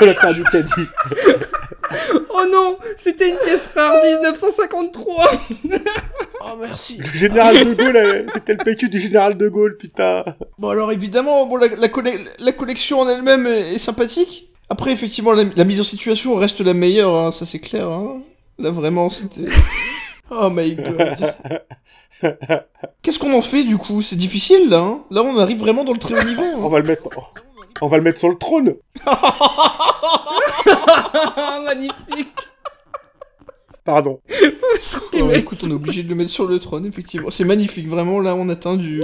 Le père du caddie.
Oh non, c'était une pièce rare 1953.
Oh merci
Le général de Gaulle, euh, c'était le PQ du général de Gaulle, putain.
Bon alors évidemment, bon, la, la colle- la collection en elle-même est, est sympathique. Après effectivement, la, la mise en situation reste la meilleure, hein, ça c'est clair. hein. Là vraiment, c'était... Oh my god Qu'est-ce qu'on en fait du coup C'est difficile là hein Là on arrive vraiment dans le très haut niveau. hein.
On va le mettre. On va le mettre sur le trône.
Ah, magnifique.
Pardon.
Alors, Oh, écoute, on est obligé de le mettre sur le trône, effectivement. C'est magnifique, vraiment, là, on atteint du...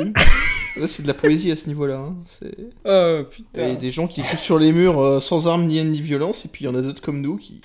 Là, c'est de la poésie à ce niveau-là. hein. C'est...
Oh
Il y a
putain.
des gens qui écrivent sur les murs euh, sans armes, ni haine, ni violence, et puis il y en a d'autres comme nous qui...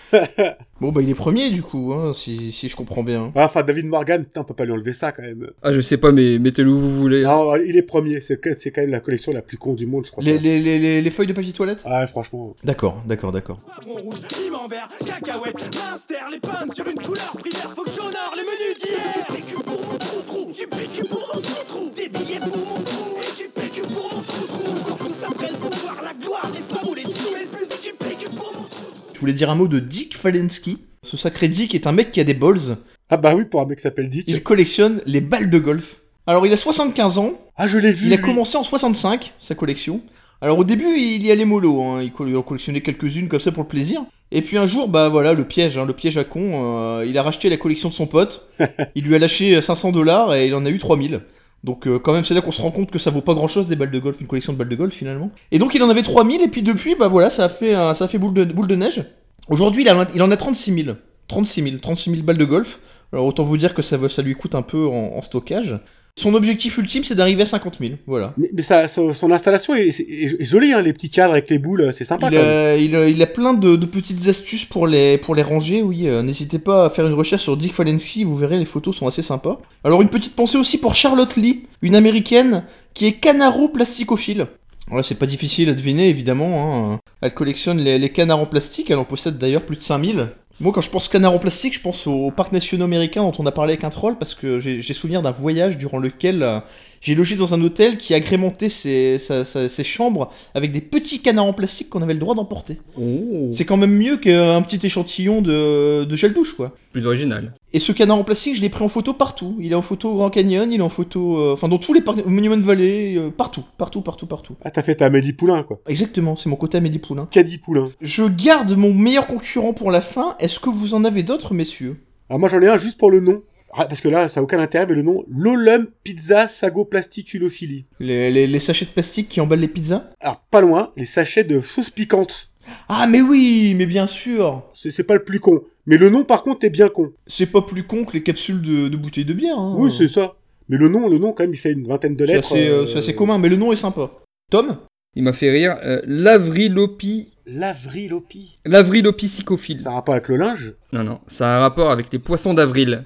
Bon, bah, il est premier, du coup, hein, si, si je comprends bien.
Ah, Enfin, David Morgan, putain, on peut pas lui enlever ça quand même.
Ah, je sais pas, mais mettez-le où vous voulez.
Non, Ah, il est premier, c'est que- c'est quand même la collection la plus con du monde, je crois.
Les, les, les, les, les feuilles de papier toilette
Ah, franchement.
D'accord, d'accord, d'accord.
Poivron rouge, piment vert, cacahuète, minster, les peindre sur une couleur primaire, faut que j'honore les menus d'hier. Tu pécu pour mon trou-trou, tu pécu pour mon trou-trou, des billets pour mon trou, et tu pécu pour mon trou-trou. On court tous après le pouvoir, la gloire, les femmes ou les sous, mais le plus, c'est tu pécu pour mon trou-trou.
Je voulais dire un mot de Dick Falensky. Ce sacré Dick est un mec qui a des balls.
Ah bah oui, pour un mec qui s'appelle Dick.
Il collectionne les balles de golf. Alors, il a 75 ans,
Ah, je l'ai vu.
Il a
lui.
commencé en 65, sa collection. Alors au début, il y allait mollo, hein. il, co- il en collectionnait quelques-unes comme ça pour le plaisir. Et puis un jour, bah voilà, le piège, hein, le piège à con, euh, il a racheté la collection de son pote, il lui a lâché 500 dollars et il en a eu 3000. Donc euh, quand même, c'est là qu'on se rend compte que ça vaut pas grand-chose des balles de golf, une collection de balles de golf finalement. Et donc il en avait 3000 et puis depuis, bah voilà, ça a fait, un- ça a fait boule, de, boule de neige. Aujourd'hui, il, a- il en a 36 000. 36 000, 36 000 balles de golf. Alors autant vous dire que ça, va- ça lui coûte un peu en- en stockage. Son objectif ultime, c'est d'arriver à 50 000. Voilà.
Mais, mais ça, son, son installation est, est- est jolie, hein, les petits cadres avec les boules, c'est sympa
Il
quand même.
a, il a- il a plein de, de petites astuces pour les, pour les ranger, oui. euh, N'hésitez pas à faire une recherche sur Dick Falensky, vous verrez, les photos sont assez sympas. Alors, une petite pensée aussi pour Charlotte Lee, une américaine qui est canaro-plasticophile. Alors là, c'est pas difficile à deviner, évidemment. hein. Elle collectionne les, les canards en plastique, elle en possède d'ailleurs plus de 5000. Moi, quand je pense canards en plastique, je pense aux parcs nationaux américains dont on a parlé avec un troll, parce que j'ai j'ai souvenir d'un voyage durant lequel euh, j'ai logé dans un hôtel qui agrémentait ses- sa- sa- ses chambres avec des petits canards en plastique qu'on avait le droit d'emporter.
Oh.
C'est quand même mieux qu'un petit échantillon de, de gel douche, quoi.
Plus original.
Et ce canard en plastique, je l'ai pris en photo partout. Il est en photo au Grand Canyon, il est en photo... euh, Enfin, dans tous les parcs... au Monument Valley, euh, partout, partout, partout, partout.
Ah, t'as fait ta Amélie Poulain, quoi.
Exactement, c'est mon côté Amélie Poulain.
Caddy Poulain.
hein. Je garde mon meilleur concurrent pour la fin. Est-ce que vous en avez d'autres, messieurs
Alors Ah, moi, j'en ai un juste pour le nom. Ah, parce que là, ça a aucun intérêt, mais le nom Lolum Pizza Sago Plasticulophilie.
les, les- les sachets de plastique qui emballent les pizzas
Alors, pas loin, les sachets de sauce piquante.
Ah, mais oui, mais bien sûr
C'est c'est pas le plus con. Mais le nom, par contre, est bien con.
C'est pas plus con que les capsules de, de bouteilles de bière, hein.
Oui, c'est ça. Mais le nom, le nom, quand même, il fait une vingtaine de
C'est
lettres.
assez, euh, c'est assez commun, mais le nom est sympa. Tom
Il m'a fait rire. Euh, L'avrilopi.
L'avrilopi.
L'avrilopicicophile.
Ça a rapport avec le linge
Non, non, ça a un rapport avec les poissons d'avril.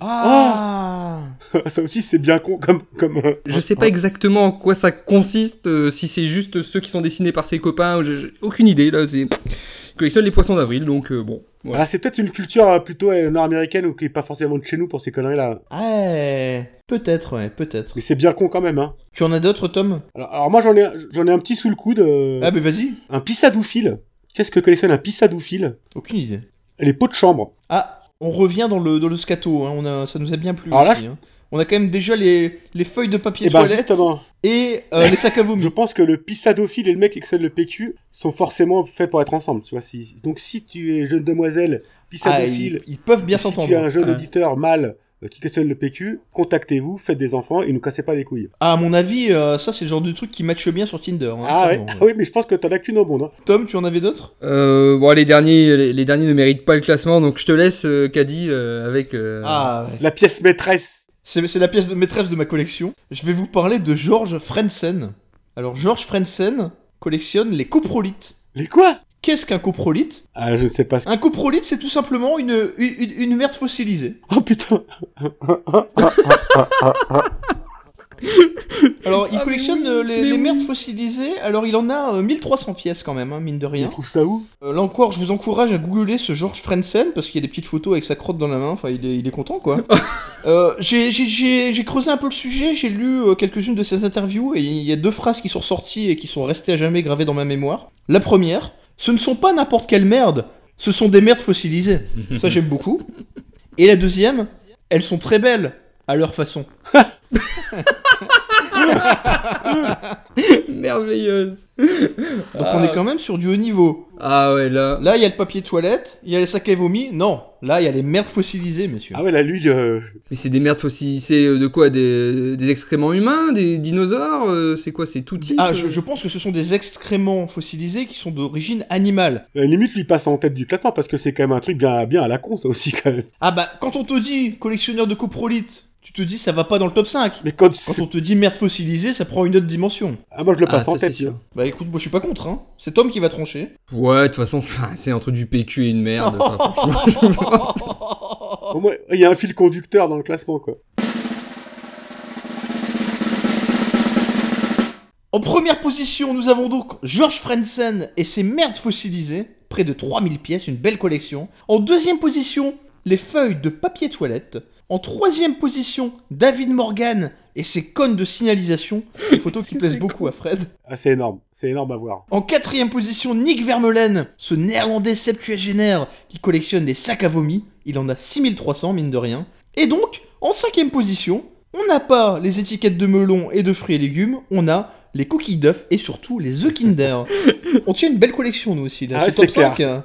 Ah
Ça aussi, c'est bien con comme... comme euh,
Je sais pas exactement en quoi ça consiste, euh, si c'est juste ceux qui sont dessinés par ses copains, ou je- j'ai aucune idée, là, c'est... Il collectionne les poissons d'avril, donc euh, bon. voilà.
Ah, c'est peut-être une culture euh, plutôt euh, nord-américaine ou qui est pas forcément de chez nous pour ces conneries-là.
Ah. Ouais, peut-être, ouais, peut-être.
Mais c'est bien con quand même, hein.
Tu en as d'autres, Tom
Alors, alors moi, j'en ai, j'en ai un petit sous le coude. euh,
Ah, mais vas-y
Un pissadoufile. Qu'est-ce que collectionne un pissadoufile
Aucune idée.
Les pots de chambre.
Ah, on revient dans le, dans le scato, hein, on a, ça nous a bien plu
Alors là,
aussi, hein. On a quand même déjà les, les feuilles de papier
Et ben
toilette
justement,
et euh, les sacs à
je
vomi.
pense que le pissadophile et le mec qui collectionne le PQ sont forcément faits pour être ensemble. Tu vois, si, donc si tu es jeune demoiselle
Ah, ils,
pissadophile,
ils peuvent bien
et si tu es
s'entendre. hein.
un jeune
Ouais.
auditeur mâle euh, qui questionne le PQ, contactez-vous, faites des enfants et ne cassez pas les couilles.
Ah, à mon avis, euh, ça c'est le genre de truc qui matche bien sur Tinder. hein,
ah, ouais.
clairement,
Ah oui, mais je pense que t'en as qu'une au monde. hein.
Tom, tu en avais d'autres
Euh, bon, les derniers, les, les derniers ne méritent pas le classement, donc je te laisse, euh, Caddy, euh, avec... euh,
Ah, ouais.
La pièce maîtresse.
C'est c'est la pièce de maîtresse de ma collection. Je vais vous parler de George Frensen. Alors, George Frensen collectionne les coprolites.
Les quoi
Qu'est-ce qu'un coprolite
Ah, je ne sais pas. ce-
Un coprolite, c'est tout simplement une, une, une merde fossilisée.
Oh putain.
Alors, il
Ah, mais
collectionne
oui,
euh, les,
mais
les
oui.
merdes fossilisées. Alors, il en a euh, 1300 pièces quand même, hein, mine de
On
rien.
trouve ça où
Euh, là encore, je vous encourage à googler ce George Frensen parce qu'il y a des petites photos avec sa crotte dans la main. Enfin, il est, il est content, quoi. Euh, j'ai- j'ai- J'ai j'ai creusé un peu le sujet, j'ai lu euh, quelques-unes de ses interviews et il y a deux phrases qui sont sorties et qui sont restées à jamais gravées dans ma mémoire. La première, ce ne sont pas n'importe quelle merde, ce sont des merdes fossilisées. Ça, j'aime beaucoup. Et la deuxième, elles sont très belles à leur façon.
Merveilleuse.
Donc on est quand même sur du haut niveau.
Ah ouais, là.
Là, il y a le papier toilette, il y a les sacs à vomi. Non, là, il y a les merdes fossilisées, messieurs.
Ah ouais, là, lui, euh,
Mais c'est des merdes fossiles. C'est euh, de quoi des, des excréments humains Des dinosaures euh, C'est quoi C'est tout type
Ah, je, je pense que ce sont des excréments fossilisés qui sont d'origine animale.
euh, limite, lui passe en tête du classement parce que c'est quand même un truc bien, bien à la con, ça aussi, quand même.
Ah bah, quand on te dit collectionneur de coprolites, tu te dis ça va pas dans le top 5.
Mais quand.
Quand on te dit merde fossilisée, ça prend une autre dimension.
Ah, moi, je le
Ah,
passe
ça,
en
c'est
tête.
sûr.
lui.
Bah écoute, moi je suis pas contre, hein. C'est Tom qui va trancher.
Ouais, de toute façon, c'est entre du PQ et une merde. Enfin, franchement,
Au moins, il y a un fil conducteur dans le classement, quoi.
En première position, nous avons donc George Frensen et ses merdes fossilisées, près de 3000 pièces, une belle collection. En deuxième position, les feuilles de papier toilette. En troisième position, David Morgan et ses connes de signalisation, une photo qui plaise beaucoup à Fred.
Ah, c'est énorme. C'est énorme à voir.
En quatrième position, Nick Vermeulen, ce néerlandais septuagénaire qui collectionne les sacs à vomi. Il en a 6300, mine de rien. Et donc, en cinquième position, on n'a pas les étiquettes de melon et de fruits et légumes, on a les coquilles d'œufs et surtout les œufs Kinder. on tient une belle collection, nous aussi, là.
Ah,
c'est top
c'est clair.
5. hein.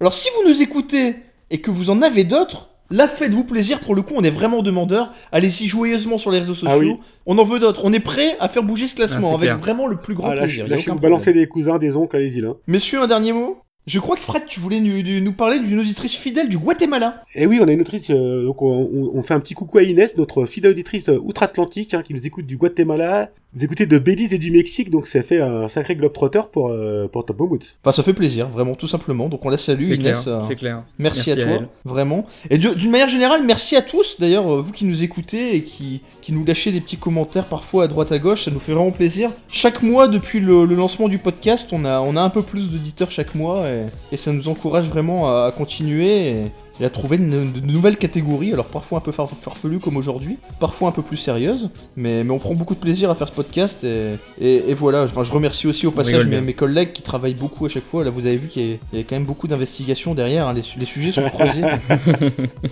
Alors, si vous nous écoutez et que vous en avez d'autres, là, faites-vous plaisir. Pour le coup, on est vraiment demandeurs. Allez-y joyeusement sur les réseaux sociaux.
Ah oui.
On en veut d'autres. On est prêt à faire bouger ce classement
c'est
avec
clair.
vraiment le plus grand
Ah,
plaisir.
lâchez,
y a
lâchez-
aucun
vous
problème.
balancez des cousins, des oncles, allez-y, là.
Messieurs, un dernier mot Je crois que Fred, tu voulais nous, du- nous parler d'une auditrice fidèle du Guatemala.
Et Eh oui, on a une autrice, euh, donc on, on- on fait un petit coucou à Inès, notre fidèle auditrice euh, outre-Atlantique, hein, qui nous écoute du Guatemala. Vous écoutez de Belize et du Mexique, donc ça fait un sacré globetrotter pour, euh, pour Top Bomoot.
Enfin, ça fait plaisir, vraiment, tout simplement. Donc on la salue,
c'est
Inès.
clair.
euh,
C'est clair.
Merci, à
Merci à
toi,
elle.
vraiment. Et du- d'une manière générale, merci à tous, d'ailleurs, euh, vous qui nous écoutez et qui, qui nous lâchez des petits commentaires parfois à droite à gauche, ça nous fait vraiment plaisir. Chaque mois, depuis le, le lancement du podcast, on a, on a un peu plus d'auditeurs chaque mois et, et ça nous encourage vraiment à, à continuer et, et à trouver de, de nouvelles catégories, alors parfois un peu far- farfelues comme aujourd'hui, parfois un peu plus sérieuses, mais, mais on prend beaucoup de plaisir à faire ce podcast et, et- et voilà, je, enfin, je remercie aussi au passage
rigole
mes,
bien.
mes collègues qui travaillent beaucoup à chaque fois, là vous avez vu qu'il y, a- il y a quand même beaucoup d'investigations derrière, hein, les, su- les sujets sont creusés.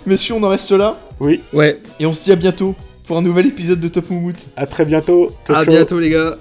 Messieurs, on en reste là.
Oui,
Ouais,
Et on se dit à bientôt pour un nouvel épisode de Top Moumout.
à très bientôt. Ciao,
à
ciao.
bientôt les gars.